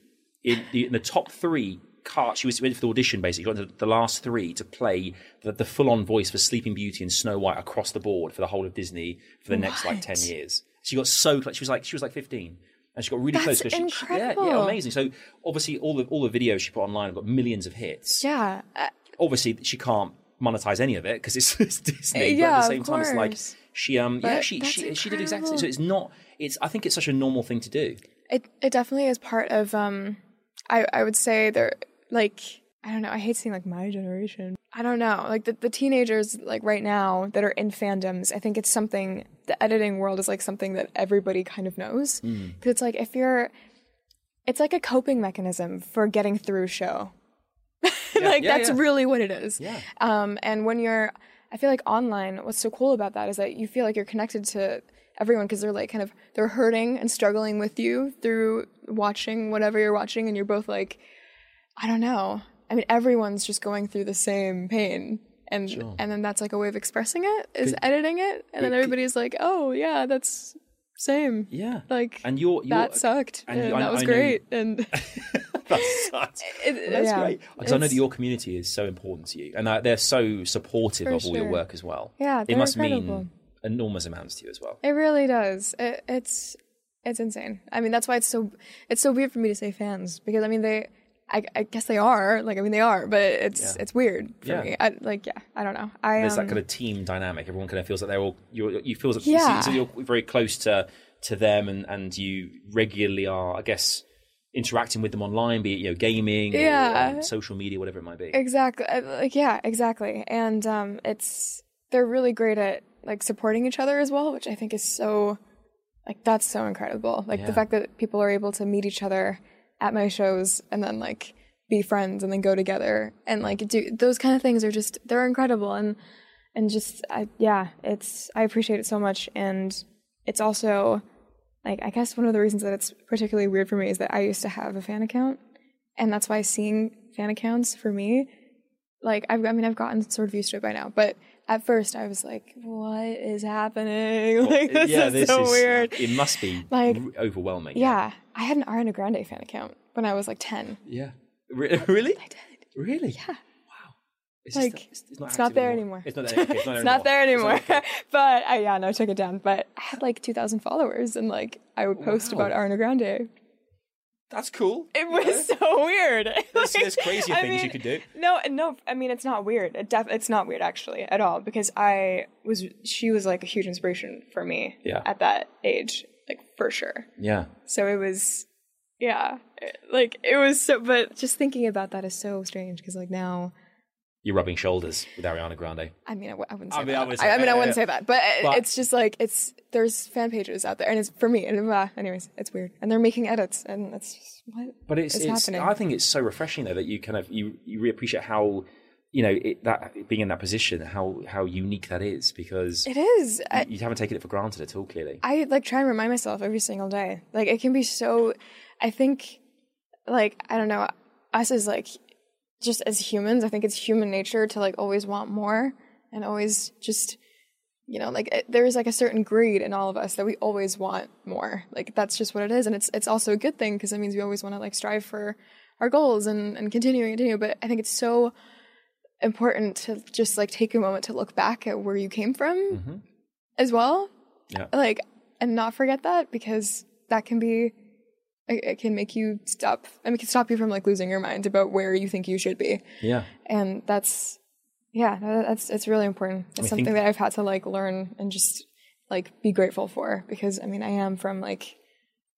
S1: in the, in the top three cast. She was went for the audition basically, got into the last three to play the, the full on voice for Sleeping Beauty and Snow White across the board for the whole of Disney for the next like ten years. She got so close. She was like she was like fifteen. And she got really close.
S2: That's
S1: 'cause she- she- yeah, yeah,
S2: incredible.
S1: amazing. So obviously, all the all the videos she put online have got millions of hits.
S2: Yeah. I-
S1: Obviously, she can't monetize any of it because it's, it's Disney. but
S2: yeah,
S1: at
S2: of
S1: the same time, it's like
S2: course.
S1: she um yeah
S2: But
S1: she
S2: that's
S1: she, she did exactly. So it's not. It's I think it's such a normal thing to do.
S2: It it definitely is part of um I I would say they're like I don't know, I hate saying like my generation. I don't know. Like the, the teenagers like right now that are in fandoms, I think it's something the editing world is like something that everybody kind of knows.
S1: Mm.
S2: Cuz it's like if you're it's like a coping mechanism for getting through show.
S1: yeah,
S2: like
S1: yeah,
S2: that's
S1: yeah.
S2: really what it is.
S1: Yeah.
S2: Um, and when you're, I feel like online, what's so cool about that is that you feel like you're connected to everyone because they're like kind of they're hurting and struggling with you through watching whatever you're watching, and you're both like, I don't know. I mean, everyone's just going through the same pain. And, and then that's like a way of expressing it is editing it and then everybody's like oh yeah that's same
S1: Yeah.
S2: like
S1: And you're- you're-
S2: that sucked
S1: and
S2: and,
S1: you- I-
S2: that was
S1: I know-
S2: great and
S1: That's such-
S2: It-
S1: that's
S2: yeah.
S1: great. Because I know that
S2: It's-
S1: your community is so important to you, and that they're so supportive
S2: For
S1: of all your
S2: sure.
S1: work as well.
S2: Yeah,
S1: it
S2: they're
S1: must
S2: incredible.
S1: mean enormous amounts to you as well.
S2: It really does. It, it's it's insane. I mean, that's why it's so it's so weird for me to say fans because I mean they, I, I guess they are. Like I mean they are, but it's
S1: Yeah.
S2: it's weird for
S1: Yeah.
S2: me. I, like yeah, I don't know. I
S1: There's
S2: um,
S1: that kind of team dynamic. Everyone kind of feels like they're all you're, you feel that
S2: Yeah.
S1: so you're very close to to them, and and you regularly are, I guess, interacting with them online, be it you know gaming, or
S2: Yeah.
S1: um, social media, whatever it might be.
S2: Exactly. I- Like yeah, exactly. And um, it's they're really great at like supporting each other as well, which I think is so like that's so incredible. Like
S1: Yeah.
S2: the fact that people are able to meet each other at my shows and then like be friends and then go together and like do those kind of things are just they're incredible and and just I, yeah, it's I appreciate it so much and it's also like I guess one of the reasons that it's particularly weird for me is that I used to have a fan account and that's why seeing fan accounts for me like I've, I mean I've gotten sort of used to it by now, but at first I was like, "What is happening? Like this
S1: yeah,
S2: is
S1: this
S2: so
S1: is
S2: weird."
S1: It must be
S2: Like-
S1: r- overwhelming.
S2: Yeah, I had an Ariana Grande fan account when I was like ten.
S1: yeah. Re- really,
S2: I did.
S1: really, yeah. Wow, it's just
S2: Like,
S1: that-
S2: it's
S1: active
S2: not there anymore.
S1: It's not there. okay, It's not there
S2: It's not there anymore.
S1: It's not-
S2: but I, yeah, no, I took it down. But I had like two thousand followers, and like I would post
S1: Wow.
S2: about Ariana Grande.
S1: That's cool.
S2: It was so weird.
S1: There's,
S2: Like,
S1: there's crazier
S2: I
S1: things you
S2: mean,
S1: could do.
S2: No, no. I mean, it's not weird. It def- it's not weird actually at all because I was. She was like a huge inspiration for me.
S1: Yeah.
S2: At that age, like for sure.
S1: Yeah.
S2: So it was, yeah. it- like it was so. But just thinking about that is so strange because like now,
S1: You're rubbing shoulders with Ariana Grande.
S2: I mean, I, w- I wouldn't
S1: I
S2: say
S1: mean, I
S2: that.
S1: would say-
S2: I, I mean, I
S1: yeah.
S2: wouldn't say that. But, it-
S1: But-
S2: it's just like it's there's fan pages out there, and it's for me. And uh, anyways, it's weird, and they're making edits, and it's just, what.
S1: But it's,
S2: It's
S1: it's,
S2: happening.
S1: I think it's so refreshing though that you kind of you you really appreciate how you know it, that being in that position how how unique that is because
S2: It is. I,
S1: you haven't taken it for granted at all. Clearly,
S2: I like try and remind myself every single day. Like it can be so I think like I don't know us as like just as humans, I think it's human nature to like always want more and always just you know like it, there's like a certain greed in all of us that we always want more. Like that's just what it is and it's it's also a good thing because it means we always want to like strive for our goals and and continue and continue, but I think it's so important to just like take a moment to look back at where you came from as well
S1: yeah,
S2: like and not forget that because that can be it, it can make you stop I mean, it can stop you from like losing your mind about where you think you should be
S1: yeah.
S2: and that's yeah no, that's it's really important it's
S1: mean,
S2: something
S1: think-
S2: that i've had to like learn and just like be grateful for because i mean i am from like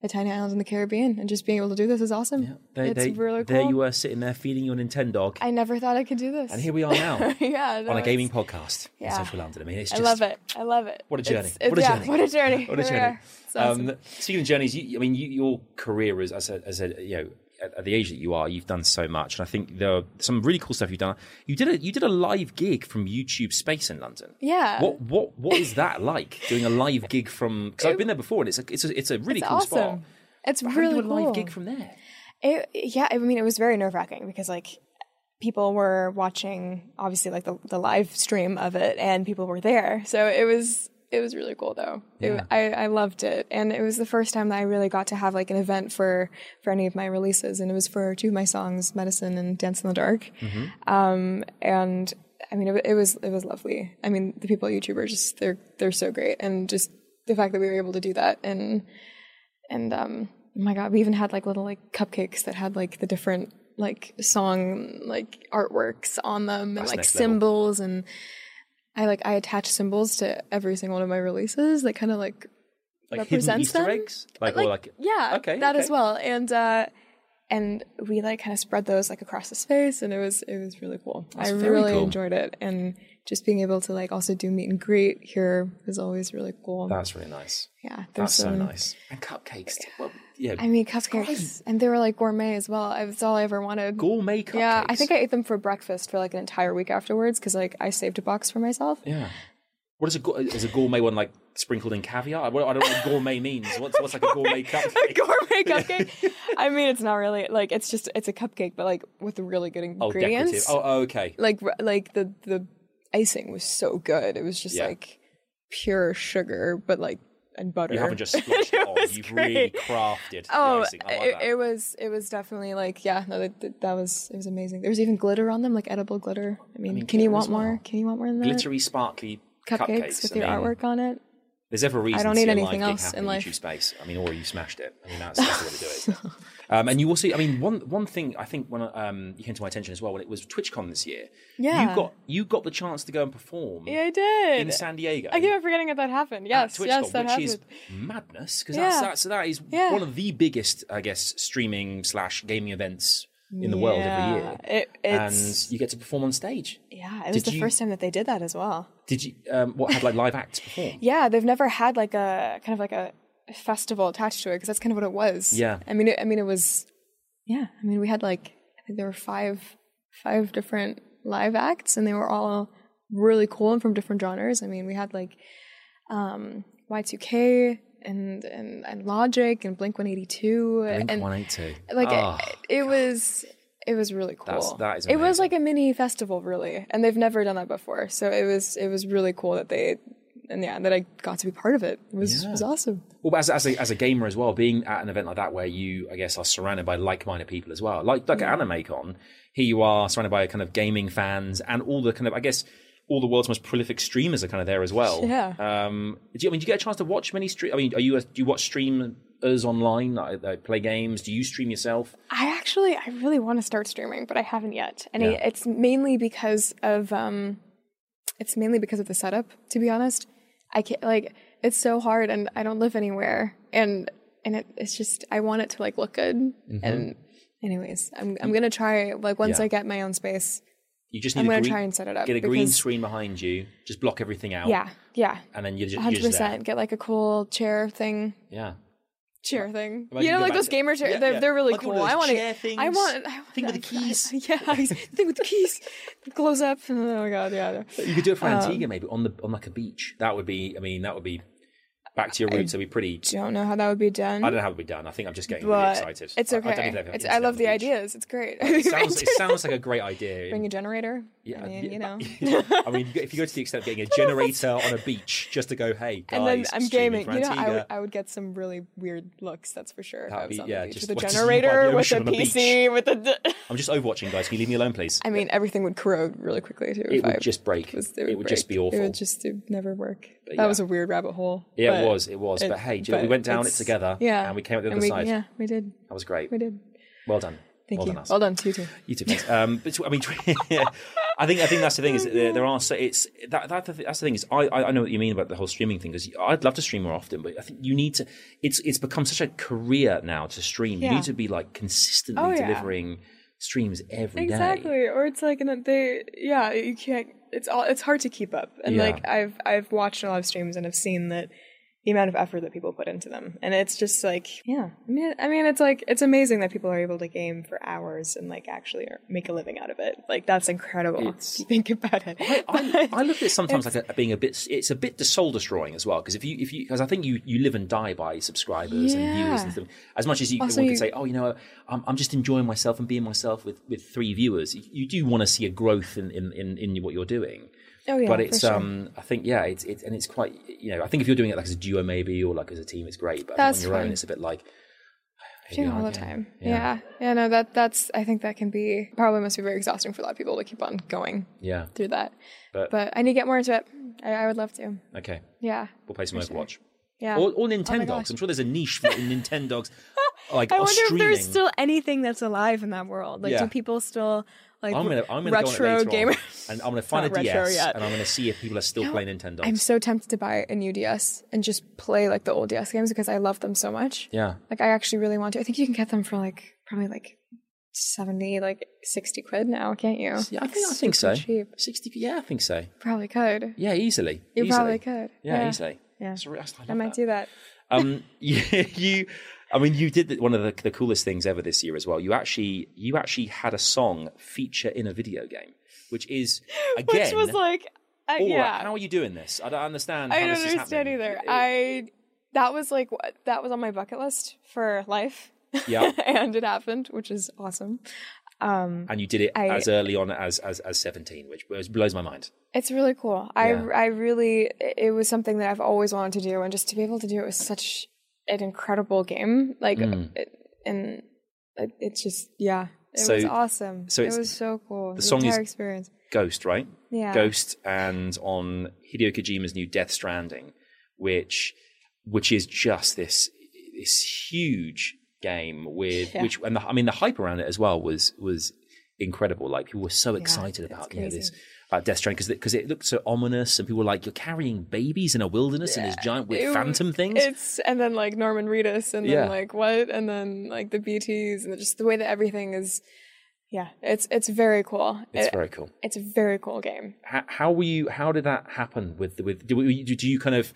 S2: the tiny island in the caribbean and just being able to do this is awesome
S1: yeah. They,
S2: it's
S1: they,
S2: really cool
S1: There you were sitting there feeding your Nintendo dog,
S2: i never thought i could do this
S1: and here we are now
S2: yeah no,
S1: on a
S2: it's-
S1: gaming podcast in
S2: yeah.
S1: Central London. I mean, it's
S2: i
S1: just
S2: love it i love it
S1: What a journey.
S2: It's- it's-
S1: What a
S2: yeah,
S1: journey.
S2: what a journey
S1: What a
S2: Here we
S1: journey.
S2: are. It's awesome.
S1: Um, speaking of journeys, you, I mean, you, your career as, as, a, as a, you know, at, at the age that you are, you've done so much, and I think there are some really cool stuff you've done. You did a you did a live gig from YouTube Space in London.
S2: Yeah.
S1: What what what is that like? doing a live gig from because I've been there before, and it's a it's a, it's a really
S2: it's
S1: cool
S2: awesome
S1: spot.
S2: it's
S1: How
S2: really
S1: do you do a live
S2: cool.
S1: gig from there?
S2: It, yeah, I mean, it was very nerve wracking because like people were watching, obviously, like the, the live stream of it, and people were there. So it was it was really cool though. It-
S1: Yeah.
S2: I I loved it, and it was the first time that I really got to have like an event for for any of my releases, and it was for two of my songs, "Medicine" and "Dance in the Dark." Um, and I mean, it, wa- it was it was lovely. I mean, the people at YouTube are just they're they're so great, and just the fact that we were able to do that and and um oh my god we even had like little like cupcakes that had like the different like song like artworks on them and
S1: That's
S2: like
S1: next level.
S2: symbols and i like i attach symbols to every single one of my releases that kind of like
S1: Like hidden
S2: Represents
S1: Easter
S2: them?
S1: eggs, like, or like
S2: yeah
S1: okay,
S2: that
S1: okay.
S2: as well and uh and we like kind of spread those like across the space and it was it was really cool
S1: That's
S2: i
S1: very
S2: really
S1: cool.
S2: enjoyed it and just being able to like also do meet and greet here is always really cool
S1: That's really nice.
S2: yeah there's
S1: That's so
S2: some-
S1: nice. And cupcakes. Well, yeah.
S2: i mean cupcakes and they were like gourmet as well that's all i ever wanted
S1: gourmet cupcakes.
S2: yeah i think i ate them for breakfast for like an entire week afterwards because like i saved a box for myself
S1: Yeah. What is a gour- is a gourmet one like sprinkled in caviar? I don't I don't know what gourmet means. What's what's like a gourmet
S2: a
S1: cupcake?
S2: gourmet cupcake. I mean, it's not really like it's just it's a cupcake, but like with really good
S1: Oh, decorative.
S2: ingredients.
S1: Oh, oh, okay.
S2: Like r- like the the icing was so good. It was just
S1: Yeah.
S2: like pure sugar, but like and butter.
S1: You haven't just splotched it,
S2: It
S1: on.
S2: was
S1: You've
S2: great.
S1: really crafted
S2: Oh,
S1: the icing. I like
S2: it,
S1: that.
S2: it was it was definitely like yeah no that, that- that was it was amazing. There was even glitter on them, like edible glitter. I mean, can you
S1: glitter as
S2: want more?
S1: well.
S2: Can you want more than that?
S1: Glittery, sparkly
S2: cupcakes,
S1: cupcakes,
S2: with
S1: I
S2: your
S1: mean,
S2: artwork on it.
S1: There's ever a reason. to
S2: don't need
S1: see a live
S2: anything
S1: gig
S2: else
S1: happen
S2: in life.
S1: YouTube space. I mean, or you smashed it. I mean, that's, that's the way to do it. Um, and you also, I mean, one one thing I think when I, um, you came to my attention as well when it was TwitchCon this year.
S2: Yeah.
S1: You got you got the chance to go and perform
S2: Yeah, I did.
S1: in San Diego.
S2: I keep on forgetting that that happened. Yes,
S1: at TwitchCon,
S2: yes, that
S1: which
S2: happened.
S1: is madness because
S2: Yeah.
S1: that's that, so that is
S2: Yeah.
S1: one of the biggest, I guess, streaming slash gaming events in the world every year.
S2: Yeah, It, it's,
S1: and you get to perform on stage.
S2: yeah, it was
S1: did
S2: the
S1: you-
S2: first time that they did that as well.
S1: Did you um, what had like live acts perform?
S2: Yeah, they've never had like a kind of like a festival attached to it because that's kind of what it was.
S1: Yeah.
S2: I mean, it, I mean, it was. Yeah, I mean, we had like I think there were five five different live acts, and they were all really cool and from different genres. I mean, we had like um, Y2K and and and Logic and Blink 182 and
S1: Blink One Eight Two. Oh,
S2: like it, it was it was really cool
S1: That's- that is
S2: it was
S1: amazing.
S2: like a mini festival really and they've never done that before so it was it was really cool that they and yeah that i got to be part of it it was, it was awesome
S1: Well, as, as, a, as a gamer as well, being at an event like that where you, I guess, are surrounded by like-minded people as well, like like
S2: Mm.
S1: at AnimeCon, here you are surrounded by kind of gaming fans and all the kind of, I guess, all the world's most prolific streamers are kind of there as well.
S2: Yeah.
S1: Um, do you, I mean, do you get a chance to watch many stream? I mean, are you a, do you watch streamers online? Like, like play games? Do you stream yourself?
S2: I actually, I really want to start streaming, but I haven't yet, and
S1: Yeah.
S2: it, it's mainly because of um, it's mainly because of the setup. To be honest, I can't like it's so hard, and I don't live anywhere, and and it, it's just I want it to like look good, and anyways, I'm I'm gonna try like once
S1: Mm-hmm. Yeah.
S2: I get my own space.
S1: You just need
S2: I'm
S1: a
S2: gonna
S1: green-
S2: try and set it up.
S1: get a green
S2: because-
S1: screen behind you, just block everything out.
S2: Yeah, yeah,
S1: And then you're just, you're
S2: hundred
S1: just there.
S2: percent. Get like a cool chair thing.
S1: Yeah.
S2: Chair thing,
S1: Imagine
S2: you know,
S1: going
S2: like
S1: back
S2: those
S1: to-
S2: gamer chairs.
S1: Yeah,
S2: they're,
S1: yeah.
S2: they're really
S1: Like one
S2: cool.
S1: of those
S2: I want to.
S1: chair
S2: I
S1: things.
S2: want. I,
S1: Thing with the
S2: I-
S1: keys.
S2: I, yeah, thing with the keys. Close up. Oh my god. Yeah. yeah.
S1: You could do it for Antigua, maybe on the on like a beach. That would be. I mean, that would be back to your roots. That'd be pretty.
S2: Don't know how that would be done.
S1: I don't know how it would be done. I think I'm just getting really
S2: but
S1: excited.
S2: It's
S1: I-
S2: okay.
S1: I,
S2: I,
S1: don't know if they've ever
S2: it's,
S1: been
S2: I
S1: to
S2: love
S1: the
S2: the
S1: beach.
S2: ideas. It's great.
S1: It sounds, it sounds like a great idea.
S2: Bring a generator.
S1: Yeah, uh,
S2: I mean,
S1: yeah,
S2: you know.
S1: I mean, if you go to the extent of getting a generator on a beach just to go, hey, guys,
S2: and then I'm
S1: streaming
S2: gaming.
S1: for
S2: You know, I
S1: Antigua."
S2: would, I would get some really weird looks. That's for sure. If
S1: That'd
S2: I was
S1: be-
S2: on
S1: yeah,
S2: the beach
S1: just
S2: with a
S1: what is-
S2: generator,
S1: like the
S2: with a
S1: ocean on the beach.
S2: PC, with a. D-
S1: I'm just Overwatching, guys. Can you leave me alone, please?
S2: I mean, everything would corrode really quickly too.
S1: It
S2: if
S1: would
S2: I
S1: just break.
S2: was-
S1: it would, just
S2: break.
S1: be awful.
S2: It would just it would never work. That
S1: yeah.
S2: was a weird rabbit hole.
S1: yeah,
S2: but
S1: it was. It was. but hey, do you know, we
S2: but
S1: went down it
S2: it's-
S1: together.
S2: Yeah,
S1: And we came out the
S2: And
S1: other
S2: we-
S1: side.
S2: Yeah, we did.
S1: That was great.
S2: We did.
S1: Well done.
S2: Thank
S1: well
S2: you.
S1: Done us.
S2: well done to you too.
S1: You too, please. Um, but I mean, I think I think that's the thing is that there, there are so it's that, that that's the thing is I I I know what you mean about the whole streaming thing because I'd love to stream more often, but I think you need to. It's it's become such a career now to stream. You
S2: Yeah.
S1: need to be like consistently
S2: Oh, yeah.
S1: delivering streams every day.
S2: exactly or it's like and then they yeah you can't it's all it's hard to keep up and
S1: Yeah.
S2: like i've i've watched a lot of streams and i've seen that the amount of effort that people put into them and it's just like yeah i mean i mean it's like it's amazing that people are able to game for hours and like actually are- make a living out of it like that's incredible
S1: It's-
S2: if you think about it
S1: I, I, I look at it sometimes
S2: It's-
S1: like a, being a bit. It's a bit soul destroying as well because if you if you because I think you you live and die by subscribers and viewers and
S2: Yeah.
S1: stuff. As much as you
S2: Also
S1: one could
S2: you-
S1: say, oh, you know, I'm, I'm just enjoying myself and being myself with with three viewers. You, you do want to see a growth in in, in in what you're doing.
S2: oh yeah
S1: but
S2: for
S1: it's
S2: sure.
S1: um I think yeah it's it's and it's quite you know I think if you're doing it like as a duo maybe or like as a team it's great but I think
S2: That's
S1: on your own
S2: fine.
S1: it's a bit like
S2: doing
S1: yeah,
S2: all the
S1: okay.
S2: time
S1: Yeah.
S2: yeah. yeah no that that's i think that can be probably must be very exhausting for a lot of people to keep on going
S1: yeah
S2: through that
S1: But-
S2: but, i need to get more into it I, I would love to
S1: okay
S2: yeah
S1: we'll play some Overwatch
S2: yeah
S1: or, or Nintendogs
S2: Oh gosh.
S1: I'm sure there's a niche for Nintendogs like
S2: I
S1: are
S2: wonder if
S1: streaming.
S2: there's still anything that's alive in that world. Like,
S1: Yeah.
S2: do people still like
S1: I'm gonna, I'm gonna go on
S2: retro
S1: it later on,
S2: gamers?
S1: and I'm gonna find a
S2: not retro
S1: DS,
S2: yet.
S1: and I'm gonna see if people are still playing Nintendo.
S2: I'm so tempted to buy a new DS and just play like the old DS games because I love them so much.
S1: yeah,
S2: Like, I actually really want to. I think you can get them for like probably like 70, like 60 quid now, can't you?
S1: Yeah, I
S2: It's
S1: think, I think so.
S2: super Cheap.
S1: 60, yeah, I think so.
S2: Probably could.
S1: Yeah, easily.
S2: You
S1: easily.
S2: probably could.
S1: Yeah,
S2: Yeah.
S1: easily.
S2: Yeah.
S1: That's re- that's- I,
S2: I might
S1: do
S2: do that.
S1: um, you, you, I mean, you did the- one of the, the coolest things ever this year as well. You actually, you actually had a song feature in a video game, which is again.
S2: Which was like, uh,
S1: all right,
S2: yeah.
S1: How are you doing this? I don't understand.
S2: I
S1: how
S2: don't
S1: this is
S2: understand
S1: happening.
S2: either.
S1: It-
S2: I that was like what that was on my bucket list for life.
S1: Yeah.
S2: and it happened, which is awesome.
S1: and you did it
S2: I-
S1: as early on as as as seventeen, which blows- blows my mind.
S2: It's really cool. I
S1: Yeah.
S2: I really it was something that I've always wanted to do, and just to be able to do it was such an incredible game. Like,
S1: Hmm.
S2: uh, it, and it, it's just yeah, it
S1: So-
S2: was awesome.
S1: so it's-
S2: it was so cool. The,
S1: song is-
S2: entire experience.
S1: Ghost, right?
S2: Yeah.
S1: Ghost, and on Hideo Kojima's new Death Stranding, which which is just this this huge game with
S2: Yeah.
S1: which and the, I mean the hype around it as well was was incredible. Like people were so excited about you know this about Death Stranding because it looked so ominous and people were like, "You're carrying babies in a wilderness and there's giant weird
S2: It-
S1: phantom things."
S2: It's and then like Norman Reedus and
S1: Yeah.
S2: then like what and then like the BTS and just the way that everything is. Yeah, it's it's very cool.
S1: It's
S2: It-
S1: very cool.
S2: it's a very cool game.
S1: how, how were you how did that happen with with do you, do you kind of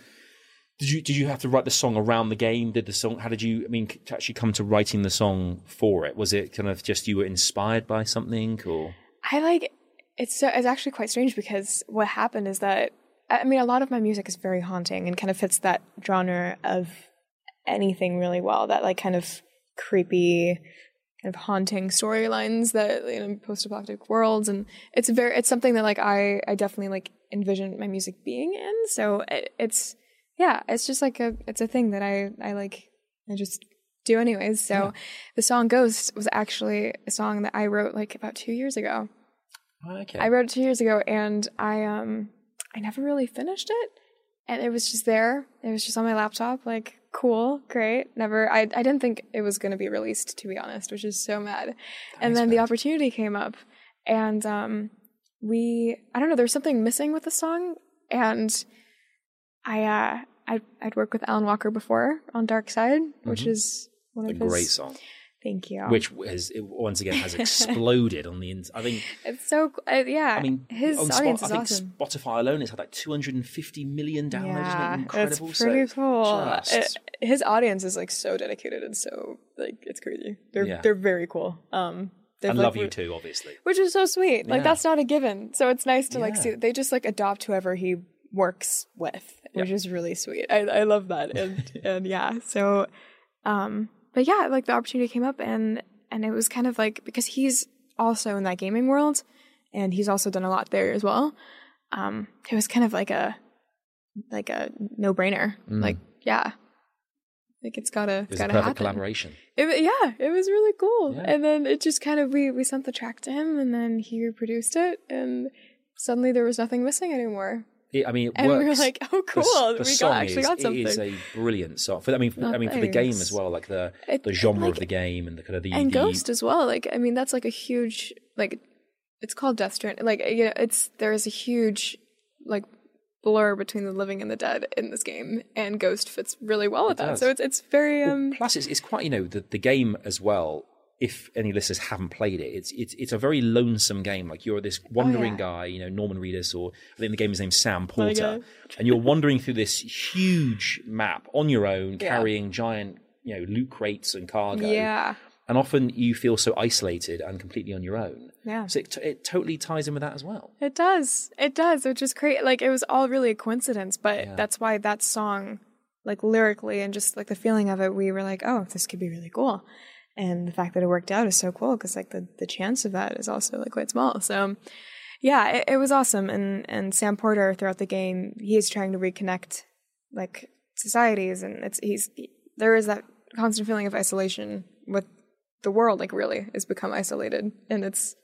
S1: did you did you have to write the song around the game did the song how did you i mean c- to actually come to writing the song for it was it kind of just you were inspired by something or
S2: I like it's so it's actually quite strange because what happened is that I I mean a lot of my music is very haunting and kind of fits that genre of anything really well. That like kind of creepy, kind of haunting storylines that you know post-apocalyptic worlds, and it's very it's something that like I I definitely like envision my music being in. So it, it's yeah, it's just like a it's a thing that I I like I just do anyways. So the song Ghost was actually a song that I wrote like about two years ago.
S1: Oh, okay
S2: I wrote it two years ago and I um I never really finished it. And it was just there. It was just on my laptop, like cool, great. Never I I didn't think it was gonna be released to be honest, which is so mad. and then the opportunity came up and um we I don't know, there was something missing with the song and I uh I'd, I'd worked with Alan Walker before on Dark Side, which is one
S1: Mm-hmm. a
S2: of his Oh.
S1: great song
S2: Thank you.
S1: which has it once again has exploded on the ins- i think
S2: it's so uh, yeah.
S1: I mean,
S2: his
S1: on Spo-
S2: audience
S1: I
S2: is
S1: think
S2: awesome.
S1: Spotify alone has had like 250 million downloads.
S2: yeah,
S1: Isn't it incredible?
S2: it's pretty
S1: so
S2: cool.
S1: just-
S2: It- his audience is like so dedicated and so like it's crazy. They're
S1: Yeah.
S2: they're very cool. Um, they've,
S1: and
S2: like,
S1: love you
S2: re-
S1: too, obviously.
S2: which is so sweet. Like
S1: Yeah.
S2: that's not a given. So it's nice to like
S1: Yeah.
S2: see they just like adopt whoever he works with, which is really sweet. I, I love that. And and yeah. So um but yeah, like the opportunity came up and and it was kind of like because he's also in that gaming world and he's also done a lot there as well. Um it was kind of like a like a no brainer. Like yeah. Like it's gotta
S1: It was Mm-hmm. a
S2: gotta
S1: perfect
S2: happen.
S1: collaboration.
S2: It, wa- yeah, it was really cool.
S1: Yeah.
S2: And then it just kind of we we sent the track to him, and then he produced it, and suddenly there was nothing missing anymore.
S1: It- I mean, it
S2: And we
S1: works.
S2: were like, "Oh,
S1: The s-
S2: cool,
S1: the
S2: we
S1: song
S2: got, actually
S1: is,
S2: got something."
S1: It is a brilliant song. For, I mean, for, I mean, for the game
S2: thanks.
S1: as well, like the
S2: It-
S1: the genre
S2: like-
S1: of the game and the kind of the
S2: and
S1: the-
S2: Ghost as well. Like I mean, that's like a huge like it's called Death Strand. Like you know, it's there is a huge like blur between the living and the dead in this game, and Ghost fits really well with that.
S1: does.
S2: So it's it's very um
S1: Plus, it's, it's quite you know the, the game as well. If any listeners haven't played it, it's it's it's a very lonesome game. Like you're
S2: Oh,
S1: this wandering guy, you know Norman Reedus, or I think the game is named Sam Porter, and you're wandering through this huge map on your own, carrying giant you know loot crates and cargo.
S2: yeah
S1: And often you feel so isolated and completely on your own.
S2: Yeah.
S1: So it, t- it totally ties in with that as well.
S2: It does. It does, which is great. Like it was all really a coincidence, but that's why that song, like lyrically and just like the feeling of it, we were like, oh, this could be really cool. And the fact that it worked out is so cool because like the the chance of that is also like quite small. So yeah, it, it was awesome. And and Sam Porter throughout the game, he is trying to reconnect like societies, and it's he's there is that constant feeling of isolation with the world. Like really, has become isolated, and it's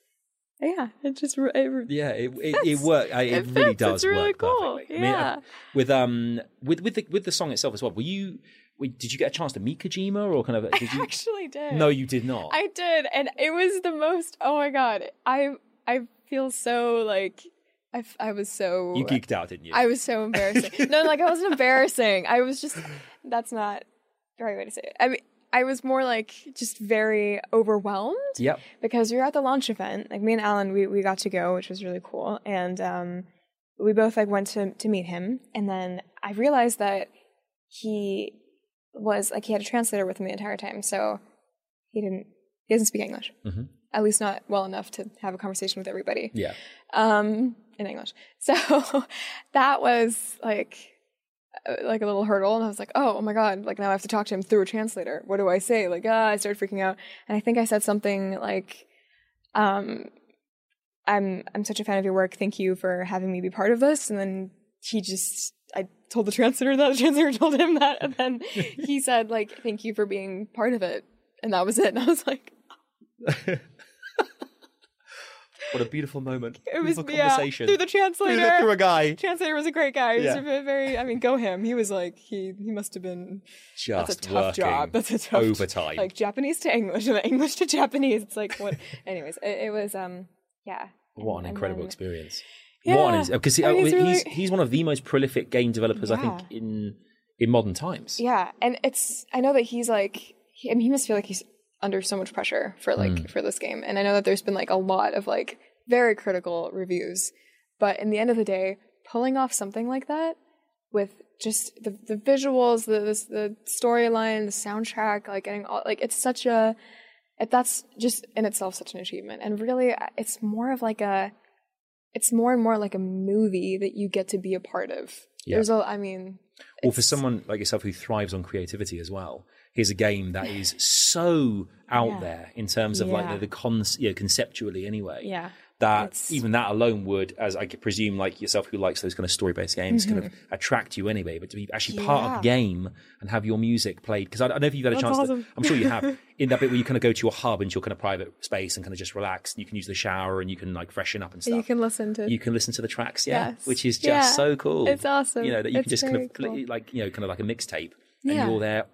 S2: yeah, it just re- it re-
S1: Yeah, it it, it worked. It, it
S2: It
S1: really
S2: fits.
S1: does
S2: It's really
S1: work
S2: cool.
S1: perfectly. I mean, uh,
S2: Yeah.
S1: with um with with the with the song itself as well. Were you? were- Did you get a chance to meet Kojima or kind of? Did you?
S2: actually did.
S1: no, you did not.
S2: I did, and it was the most. Oh my god, I I feel so like I f- I was so
S1: you geeked out, didn't you?
S2: I was so embarrassing. no, like I wasn't embarrassing. I was just that's not the right way to say it. I mean, I was more like just very overwhelmed.
S1: Yep.
S2: Because we were at the launch event. Like me and Alan, we, we got to go, which was really cool. And um, we both like went to to meet him. And then I realized that he was like he had a translator with him the entire time, so he didn't he doesn't speak English.
S1: Mhm.
S2: At least not well enough to have a conversation with everybody
S1: Yeah.
S2: um, in English. So that was like uh, like a little hurdle, and I was like, oh, oh my god, like now I have to talk to him through a translator. What do I say? Like, ah, I started freaking out, and I think I said something like, um, I'm I'm such a fan of your work. Thank you for having me be part of this. And then he just. I told the translator that the translator told him that, and then he said like, "Thank you for being part of it," and that was it. And I was like,
S1: What a beautiful moment.
S2: "It was
S1: beautiful
S2: yeah,
S1: conversation.
S2: through the translator
S1: through a guy.
S2: Translator was a great guy. He was
S1: Yeah.
S2: a ve- very, I mean, go him. He was like, he he must have been.
S1: Just
S2: that's a tough
S1: working
S2: job. That's a tough
S1: overtime.
S2: Like Japanese to English, and then English to Japanese. It's like what? anyways, it, it was um, yeah.
S1: What an
S2: And
S1: incredible
S2: then-
S1: experience.
S2: Yeah.
S1: What an because
S2: I mean,
S1: oh, he's,
S2: he's really-
S1: he's one of the most prolific game developers I
S2: Yeah.
S1: think in in modern times.
S2: Yeah, and it's I know that he's like, he, I mean, he must feel like he's under so much pressure for like
S1: Mm.
S2: for this game, and I know that there's been like a lot of like very critical reviews, but in the end of the day, pulling off something like that with just the the visuals, the this, the storyline, the soundtrack, like getting all like it's such a it, that's just in itself such an achievement, and really I- it's more of like a it's more and more like a movie that you get to be a part of.
S1: Yeah.
S2: There's a, I mean,
S1: Or for someone like yourself who thrives on creativity as well, here's a game that is so out there in terms of like
S2: Yeah.
S1: the, the cons, you know, conceptually anyway.
S2: Yeah.
S1: That
S2: It's-
S1: even that alone would, as I presume, like yourself who likes those kind of story based games, kind of
S2: Mm-hmm.
S1: attract you anyway. But to be actually part of the game and have your music played, because I, I don't know if you've had a chance. To,
S2: awesome.
S1: I'm sure you have in that bit where you kind of go to your hub into your kind of private space and kind of just relax. And you can use the shower and you can like freshen up and stuff.
S2: you can listen to
S1: you can listen to the tracks, yeah,
S2: Yes.
S1: which is just
S2: Yeah.
S1: so cool.
S2: It's awesome.
S1: You know that you can
S2: It's
S1: just kind
S2: very
S1: of pl-
S2: cool.
S1: like you know kind of like a mixtape,
S2: Yeah.
S1: and you're there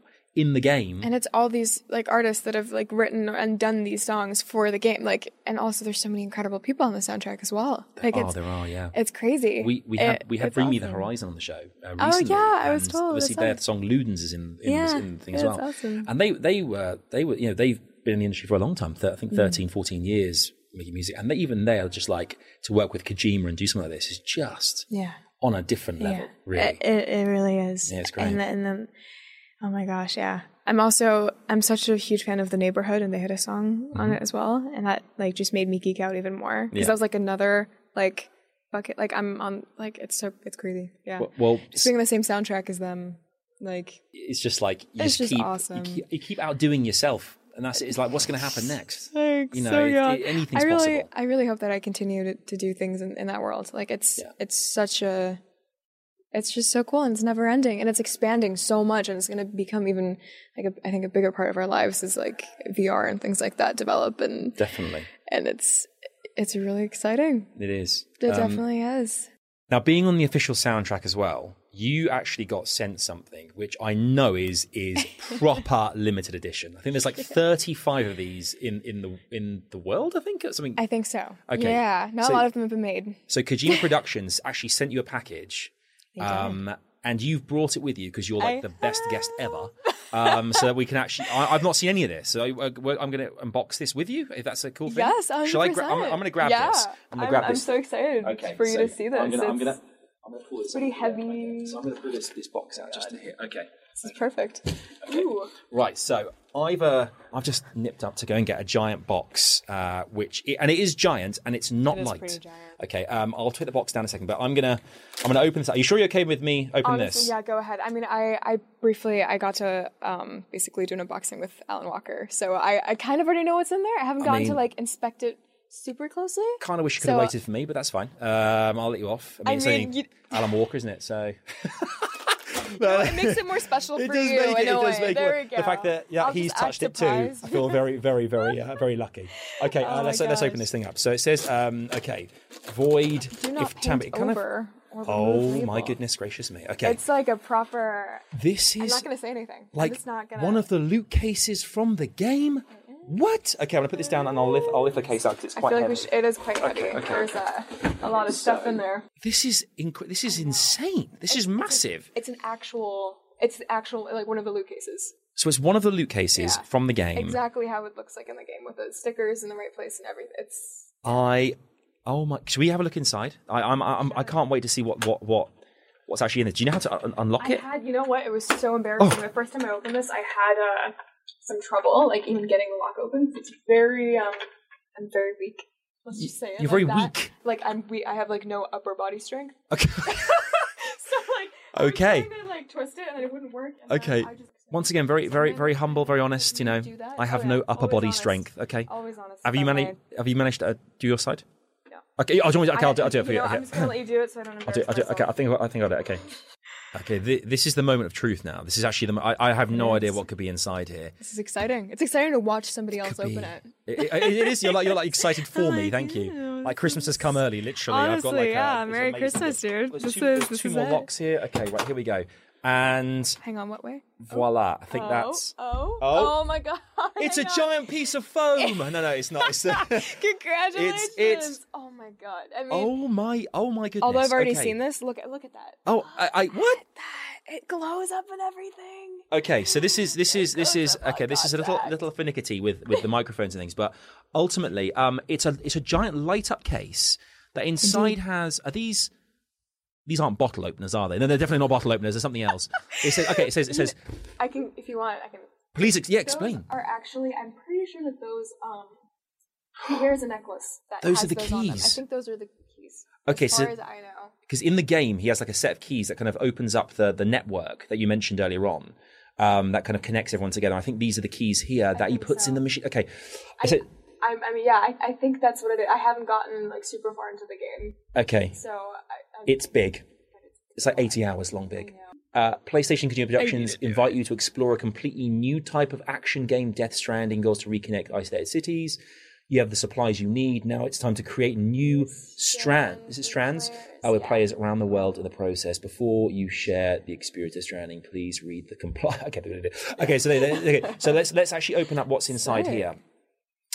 S1: in the game.
S2: and it's all these like artists that have like written and done these songs for the game like and also there's so many incredible people on the soundtrack as well like
S1: oh,
S2: it's
S1: there are, yeah.
S2: it's crazy
S1: we we had
S2: It-
S1: we had
S2: it's
S1: Bring Me the
S2: awesome.
S1: Horizon on the show. Uh,
S2: Oh,
S1: recently,
S2: yeah, I was
S1: and
S2: told,
S1: Obviously,
S2: that's
S1: their
S2: right.
S1: song "Ludens" is in in,
S2: Yeah,
S1: in the thing as
S2: that's
S1: well.
S2: awesome.
S1: And they they were they were you know they've been in the industry for a long time. Th- I
S2: Mm.
S1: think 13, 14 years making music, and they, even they are just like to work with Kojima and do something like this is just
S2: yeah
S1: on a different level, really.
S2: It, it, it really is.
S1: Yeah, it's great.
S2: And then, and then, oh my gosh, yeah. I'm also I'm such a huge fan of the neighborhood, and they had a song on it as well, and that like just made me geek out even more because
S1: Mm-hmm. Yeah.
S2: that was like another like bucket. Like I'm on like it's so it's crazy. Yeah,
S1: well, well,
S2: just being on the same soundtrack as them, like
S1: it's just like you
S2: It's
S1: just,
S2: just
S1: keep, you
S2: awesome.
S1: keep you keep outdoing yourself, and that's it. It's like what's going to happen next?
S2: Thanks.
S1: You know,
S2: so
S1: it-
S2: yeah.
S1: it- anything's
S2: I really,
S1: possible.
S2: I really hope that I continue to, to do things in, in that world. Like it's
S1: Yeah.
S2: it's such a it's just so cool and it's never ending and it's expanding so much and it's going to become even like a, I think a bigger part of our lives is like VR and things like that develop and
S1: Definitely,
S2: and it's it's really exciting.
S1: it is.
S2: It
S1: Um,
S2: definitely is.
S1: Now, being on the official soundtrack as well, you actually got sent something which I know is is proper limited edition. I think there's like 35 of these in in the in the world. I think or something.
S2: I think so.
S1: Okay.
S2: Yeah, not
S1: So-
S2: a lot of them have been made.
S1: so Kojima Productions actually sent you a package, um, and you've brought it with you because you're like
S2: I
S1: the best guest ever. Um, so that we can actually, I, I've not seen any of this. So I, am going to unbox this with you if that's a cool thing.
S2: Yes, 100%.
S1: Shall I gra- I'm, I'm going to grab
S2: yeah.
S1: this. I'm going to grab
S2: I'm
S1: this.
S2: so excited for you to see this. it's,
S1: I'm gonna pull this
S2: pretty up. heavy. So
S1: I'm going to pull this, this box out just to hit. Okay.
S2: it's perfect.
S1: Right. So I've uh, I've just nipped up to go and get a giant box, uh, which i and it is giant and it's not light. Okay. Um, I'll take the box down in a second, but I'm gonna I'm gonna open this. Up. Are you sure you're okay with me opening
S2: Honestly,
S1: this?
S2: yeah, go ahead. I mean, I, I briefly I got to um, basically do an unboxing with Alan Walker, so I, I kind of already know what's in there. I haven't gotten
S1: mean-
S2: to like inspect it super closely.
S1: Kind of wish you could have
S2: So- uh,
S1: waited for me, but that's fine. Um, I'll let you off. I mean, it's
S2: mean,
S1: only
S2: you-
S1: Alan Walker, isn't it? So
S2: It makes it more special for
S1: it does
S2: you.
S1: make it.
S2: in
S1: It
S2: a
S1: does
S2: way.
S1: make
S2: there
S1: it.
S2: we go.
S1: The fact that yeah,
S2: I'll
S1: he's
S2: just act
S1: touched it too. I
S2: surprised.
S1: feel very, very, very, uh, very lucky. Okay, uh,
S2: my
S1: let's let's open
S2: gosh.
S1: this thing up. So it says, um, okay, void
S2: Do not
S1: if
S2: paint
S1: tamper. it kind of-
S2: over. or
S1: Oh
S2: remove
S1: my
S2: label.
S1: goodness gracious me. Okay,
S2: It's like a proper.
S1: this
S2: I'm
S1: is
S2: not going to say anything.
S1: like
S2: I'm just not gonna...
S1: one of the loot cases from the game. What? Okay, I'm gonna put this down and I'll lift I'll lift the case out because it's
S2: I
S1: quite
S2: feel like
S1: heavy.
S2: we should, it is quite heavy. There's a, a lot of stuff in there.
S1: This is inc- this is insane. This is massive.
S2: It's an actual. It's the actual like one of the loot cases.
S1: So it's one of the loot cases
S2: Yeah.
S1: from the game.
S2: Exactly how it looks like in the game with the stickers in the right place and everything. It's
S1: I oh my! Should we have a look inside? I I'm, I'm I can't wait to see what what what what's actually in this. Do you know how to un- unlock
S2: I
S1: it?
S2: had you know what it was so embarrassing
S1: Oh.
S2: the first time I opened this I had uh, some trouble like even getting the lock open. It's very um I'm very weak. Let's just say it.
S1: you're
S2: like
S1: very
S2: that.
S1: weak.
S2: Like I'm we I have like no upper body strength.
S1: Okay.
S2: so like I was
S1: Okay.
S2: trying to, like twist it and it wouldn't work. and then
S1: okay.
S2: I just-
S1: Once again, very very very humble, very honest. You know,
S2: Do that?
S1: I have
S2: Oh, yeah.
S1: no upper
S2: Always
S1: body
S2: honest.
S1: strength. Okay.
S2: Always honest.
S1: Have you
S2: By the
S1: managed?
S2: way.
S1: Have you managed to uh, do your side?
S2: No.
S1: Okay. Oh, do you want me to- okay, I'll do,
S2: I-
S1: I'll do it for you.
S2: know,
S1: okay.
S2: I'm just gonna let you do it so I don't
S1: I'll
S2: embarrass
S1: do, I'll do, okay,
S2: myself.
S1: I think I think I got it. Okay, okay. Th- this is the moment of truth now. This is actually the. mo- I, I have no idea what could be inside here.
S5: This is exciting. It's exciting to watch somebody else
S1: Be-
S5: open it.
S1: It- it- it is. You're like you're like excited for me. Thank you. Like Christmas has come early. Literally, I've got
S2: Honestly,
S1: like
S2: yeah,
S1: A, it's
S2: Merry
S1: amazing.
S2: Christmas, dude.
S1: There's
S2: This
S1: two,
S2: is-
S1: there's
S2: this
S1: two
S2: is
S1: more
S2: it.
S1: locks here. Okay, right here we go. And
S2: Hang on, what way?
S1: voila. I think that's.
S2: Oh,
S1: Oh.
S2: oh, my god!
S1: It's a
S2: hang on.
S1: giant piece of foam. no, no, it's not. It's.
S2: Congratulations!
S1: it's-
S2: oh my god! I mean,
S1: oh my. Oh my goodness.
S5: Although I've already
S1: okay.
S5: seen this, look
S2: look at look at that.
S1: Oh, I, I what?
S2: It glows up and everything.
S1: Okay, so this is this is this is okay. This is a little little finicky with with the microphones and things, but ultimately, um, it's a it's a giant light up case that inside has are these. These aren't bottle openers, are they? No, they're definitely not bottle openers. There's something else. It says, okay, it says, it says,
S2: I can, if you want, I can.
S1: please, ex- yeah,
S2: Those
S1: explain.
S2: are actually, I'm pretty sure that those. Um, here's a necklace. That
S1: Those
S2: has
S1: are the
S2: on them. I
S1: keys.
S2: think those are the keys.
S1: Okay,
S2: as
S1: so-
S2: far as I know.
S1: Because in the game, he has like a set of keys that kind of opens up the the network that you mentioned earlier on, um, that kind of connects everyone together. I think these are the keys here that he puts in the machine. Okay, is it
S2: I, I mean, yeah, I, I think that's what it is. I haven't gotten like super far into the game,
S1: okay?
S2: so I, I,
S1: It's big. It's like 80 hours long, big. Uh, PlayStation Consumer Productions invite you to explore a completely new type of action game, Death Stranding, goes to reconnect isolated cities. You have the supplies you need. Now it's time to create new strand. Is it strands? Uh, with players around the world in the process. Before you share the experience of Stranding, please read the comply. okay, they- they- they- okay, so they, they- okay, so let's let's actually open up what's inside here.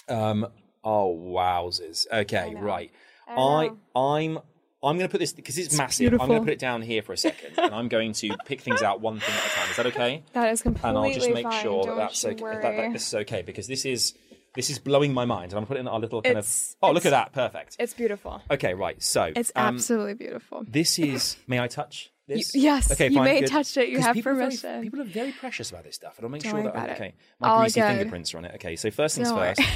S1: Um. Oh wowzers. Okay, right. I, I am I'm going to put this because it's, massive. I'm going to put it down here for a second, and I'm going to pick things out one thing at a time. Is that okay?
S2: that is completely
S1: and I'll just make
S2: fine.
S1: sure that
S2: Don't
S1: that's
S2: you
S1: okay.
S2: Worry.
S1: That, that this is okay because this is this is blowing my mind, and I'm putting our little kind
S2: It's-
S1: of. Oh, look at that! Perfect.
S2: it's beautiful.
S1: Okay, right. So
S2: It's
S1: um,
S2: absolutely beautiful.
S1: This is. May I touch this?
S2: yes,
S1: Okay.
S2: you
S1: Fine,
S2: may
S1: good.
S2: touch it. You
S1: 'Cause
S2: have
S1: people are very-
S2: permission.
S1: people are very precious about this stuff, and I'll make
S2: Don't
S1: sure
S2: worry
S1: that I-
S2: about it.
S1: okay, my
S2: All
S1: greasy
S2: good.
S1: fingerprints are on it. Okay. So first things
S2: Don't worry.
S1: first,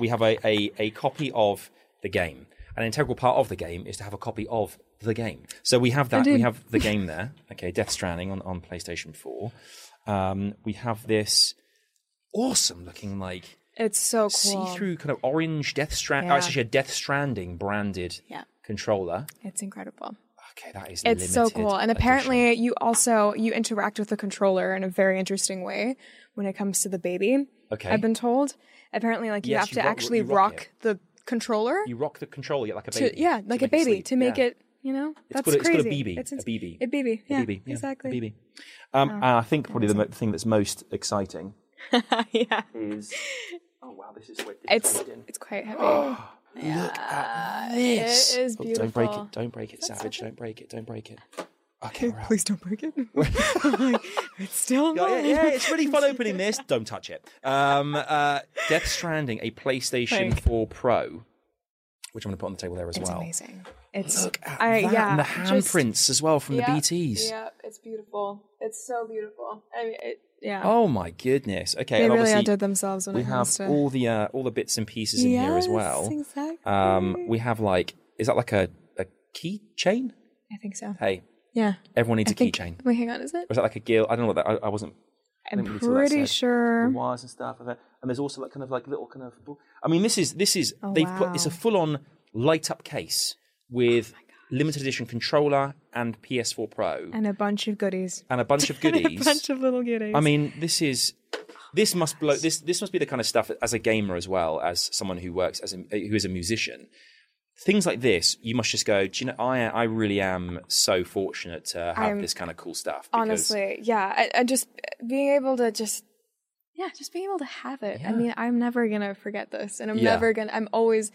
S1: we have a, a a copy of the game. An integral part of the game is to have a copy of the game. So we have that. We have the game there. Okay. Death Stranding on on PlayStation Four. Um, we have this awesome looking like
S2: It's so cool.
S1: see-through kind of orange Death Strand. Oh, it's actually a Death Stranding branded
S2: Yeah.
S1: controller.
S2: It's incredible.
S1: Okay, that is
S2: It's so
S1: limited
S2: cool. And
S1: edition.
S2: apparently you also you interact with the controller in a very interesting way when it comes to the baby.
S1: Okay.
S2: I've been told. Apparently like you
S1: Yes,
S2: have
S1: you
S2: to
S1: rock-
S2: actually
S1: you rock
S2: rock,
S1: it.
S2: the controller.
S1: you rock the controller yeah, like a
S2: to-
S1: baby.
S2: yeah,
S1: to
S2: like a
S1: make
S2: baby
S1: sleep.
S2: to make
S1: Yeah.
S2: it, you know.
S1: It's
S2: That's
S1: called, a-
S2: crazy.
S1: It's called a BB.
S2: It's
S1: a
S2: ins-
S1: BB.
S2: A BB.
S1: A
S2: Yeah,
S1: BB, yeah,
S2: exactly.
S1: A BB. Um, and I think probably the mo- thing that's most exciting
S2: yeah.
S1: is. Oh wow, this is weird.
S2: It's it's quite
S1: Oh,
S2: heavy.
S1: Look at this.
S2: it is
S1: Oh, Don't break
S2: beautiful.
S1: it. Don't break it, Savage. Don't break it. Don't break it. Okay, we're out.
S2: Please don't break it. it's still
S1: Yeah,
S2: mine.
S1: yeah, yeah, it's really fun opening this. Don't touch it. Um, uh, Death Stranding, a PlayStation 4 Pro, which I'm going to put on the table there as
S2: It's
S1: well.
S2: amazing. It's
S1: Look at
S2: I
S1: that,
S2: yeah.
S1: and the
S2: just-
S1: handprints as well from the BTS.
S2: Yeah, it's beautiful. It's so beautiful. I mean, it, yeah.
S1: Oh my goodness. Okay,
S2: they
S1: and
S2: really
S1: obviously
S2: outdid themselves when
S1: we
S2: it
S1: have
S2: comes to
S1: all the uh, all the bits and pieces in here as well.
S2: Exactly.
S1: Um, we have like, is that like a a keychain?
S2: I think so.
S1: Hey,
S2: Yeah.
S1: everyone needs a
S2: I think-
S1: keychain. Or
S2: Wait, hang on, is it?
S1: is that like a gill? I don't know what that. I, I wasn't
S2: I'm
S1: didn't really see what that
S2: pretty
S1: said. the
S2: sure.
S1: wires and stuff. And there's also like kind of like little kind of. I mean, this is this is
S2: Oh,
S1: they've put it's a
S2: wow. Oh
S1: full on light up case with limited edition controller and PS4 Pro and,
S2: And a bunch of goodies.
S1: a bunch of
S2: And
S1: goodies.
S2: a bunch of little goodies.
S1: I mean, this is this must blow this this must be the kind of stuff as a gamer as well as someone who works as a, who is a musician. Things like this, you must just go. Do you know? I I really am so fortunate to have
S2: I'm-
S1: this kind of cool stuff. because-
S2: honestly, yeah. I, I just being able to just. Yeah, just being able to have it. I mean, I'm never gonna forget this, and I'm
S1: Yeah.
S2: never gonna. I'm always.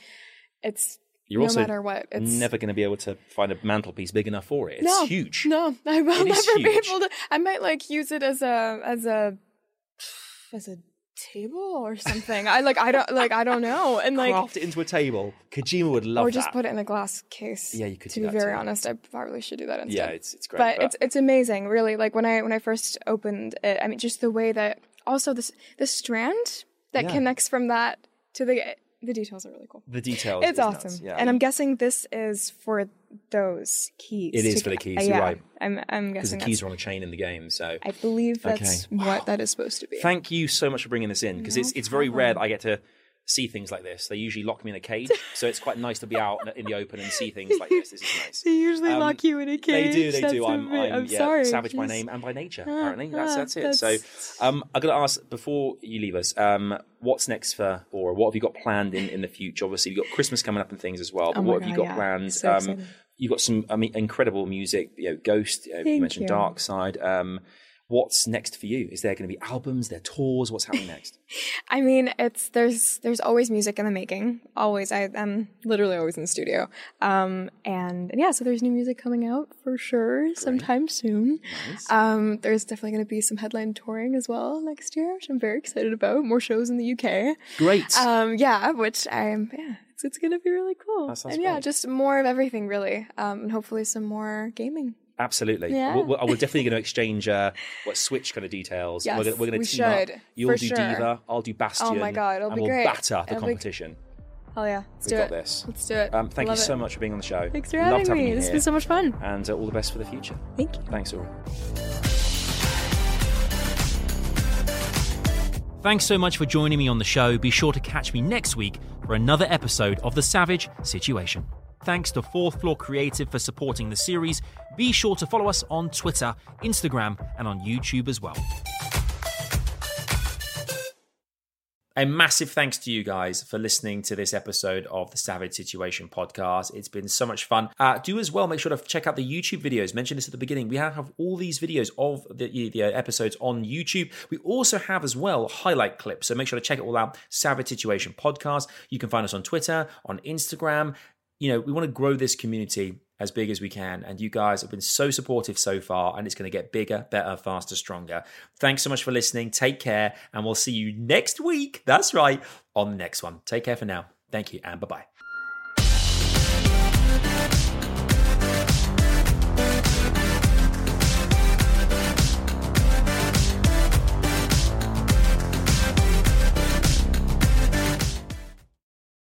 S2: It's
S1: you're
S2: no
S1: also
S2: matter what, it's
S1: never going to be able to find a mantelpiece big enough for it. It's
S2: no,
S1: huge.
S2: No, I will
S1: It is
S2: never be
S1: huge.
S2: able to. I might like use it as a as a as a table or something. I like I don't like I don't know. And like
S1: Craft it into a table. Kojima would love
S2: or just
S1: that.
S2: put it in a glass case.
S1: Yeah, you could
S2: To
S1: do
S2: be
S1: that
S2: very
S1: too.
S2: honest, I probably should do that instead.
S1: yeah, it's it's great.
S2: but, it's it's amazing, really. Like when I when I first opened it, I mean, just the way that also this the strand that
S1: Yeah.
S2: connects from that to the the details are really cool.
S1: the details.
S2: It's
S1: is nuts.
S2: awesome,
S1: Yeah.
S2: and I'm guessing this is for those keys.
S1: It is
S2: to-
S1: for the keys,
S2: uh,
S1: you're
S2: yeah,
S1: right.
S2: I'm I'm
S1: because the
S2: guessing
S1: keys
S2: that's-
S1: are on a chain in the game. So
S2: I believe that's
S1: Okay.
S2: what that is supposed to be.
S1: thank you so much for bringing this in because it's it's very rare that I get to see things like this. They usually lock me in a cage, so it's quite nice to be out in the open and see things like this. This is nice.
S2: they usually
S1: Um,
S2: lock you in a
S1: They
S2: cage.
S1: do, they
S2: That's
S1: do. I'm,
S2: ama-
S1: I'm, yeah,
S2: sorry.
S1: savage by
S2: Jeez.
S1: name and by nature. Apparently, that's
S2: ah,
S1: that's it. So,
S2: that's-
S1: um, I got to ask before you leave us, um, what's next for or what have you got planned in, in the future? Obviously, you've got Christmas coming up and things as well. But
S2: Oh my
S1: what have you
S2: God,
S1: got
S2: yeah.
S1: planned?
S2: So
S1: um,
S2: excited.
S1: you've got some I mean, incredible music. You know, Ghost. You, know, you
S2: Thank
S1: mentioned
S2: you.
S1: Dark Side. Um, what's next for you? Is there going to be albums? There tours? What's happening next?
S2: I mean, it's there's there's always music in the making. Always, I am literally always in the studio. Um, and yeah, so there's new music coming out for sure sometime soon. Um, there's definitely going to be some headline touring as well next year, which I'm very excited about. More shows in the UK.
S1: Great.
S2: Um, yeah, which I'm yeah, it's, it's going to be really cool.
S1: That sounds
S2: and yeah,
S1: great.
S2: just more of everything really, um, and hopefully some more gaming.
S1: Absolutely.
S2: Yeah.
S1: We're, we're- we're definitely going to exchange uh, what Switch kind of details.
S2: Yes,
S1: we're gonna, we're gonna
S2: we
S1: team up.
S2: should,
S1: You'll
S2: for
S1: do
S2: sure. Oh
S1: Diva. I'll do Bastion.
S2: God, it'll
S1: and
S2: be
S1: we'll
S2: great.
S1: batter the
S2: It'll be-
S1: competition.
S2: Hell yeah, let's
S1: We've
S2: do
S1: got
S2: it.
S1: this.
S2: Let's do it.
S1: Um, thank
S2: Love
S1: you
S2: it.
S1: so much for being on the show.
S2: Thanks for
S1: Loved
S2: having, me.
S1: You
S2: This has
S1: here.
S2: been so much fun.
S1: And uh, all the best for the future.
S2: Thank you.
S1: Thanks, all.
S6: Thanks so much for joining me on the show. Be sure to catch me next week for another episode of The Savage Situation. Thanks to Fourth Floor Creative for supporting the series. Be sure to follow us on Twitter, Instagram, and on YouTube as well.
S1: A massive thanks to you guys for listening to this episode of the Savage Situation podcast. It's been so much fun. Uh, do as well make sure to check out the YouTube videos. Mentioned this at the beginning. We have, have all these videos of the, the uh, episodes on YouTube. We also have as well highlight clips. So make sure to check it all out. Savage Situation podcast. You can find us on Twitter, on Instagram. You know, we want to grow this community as big as we can. And you guys have been so supportive so far, and it's going to get bigger, better, faster, stronger. Thanks so much for listening. Take care, and we'll see you next week. That's right, on the next one. Take care for now. Thank you, and bye bye.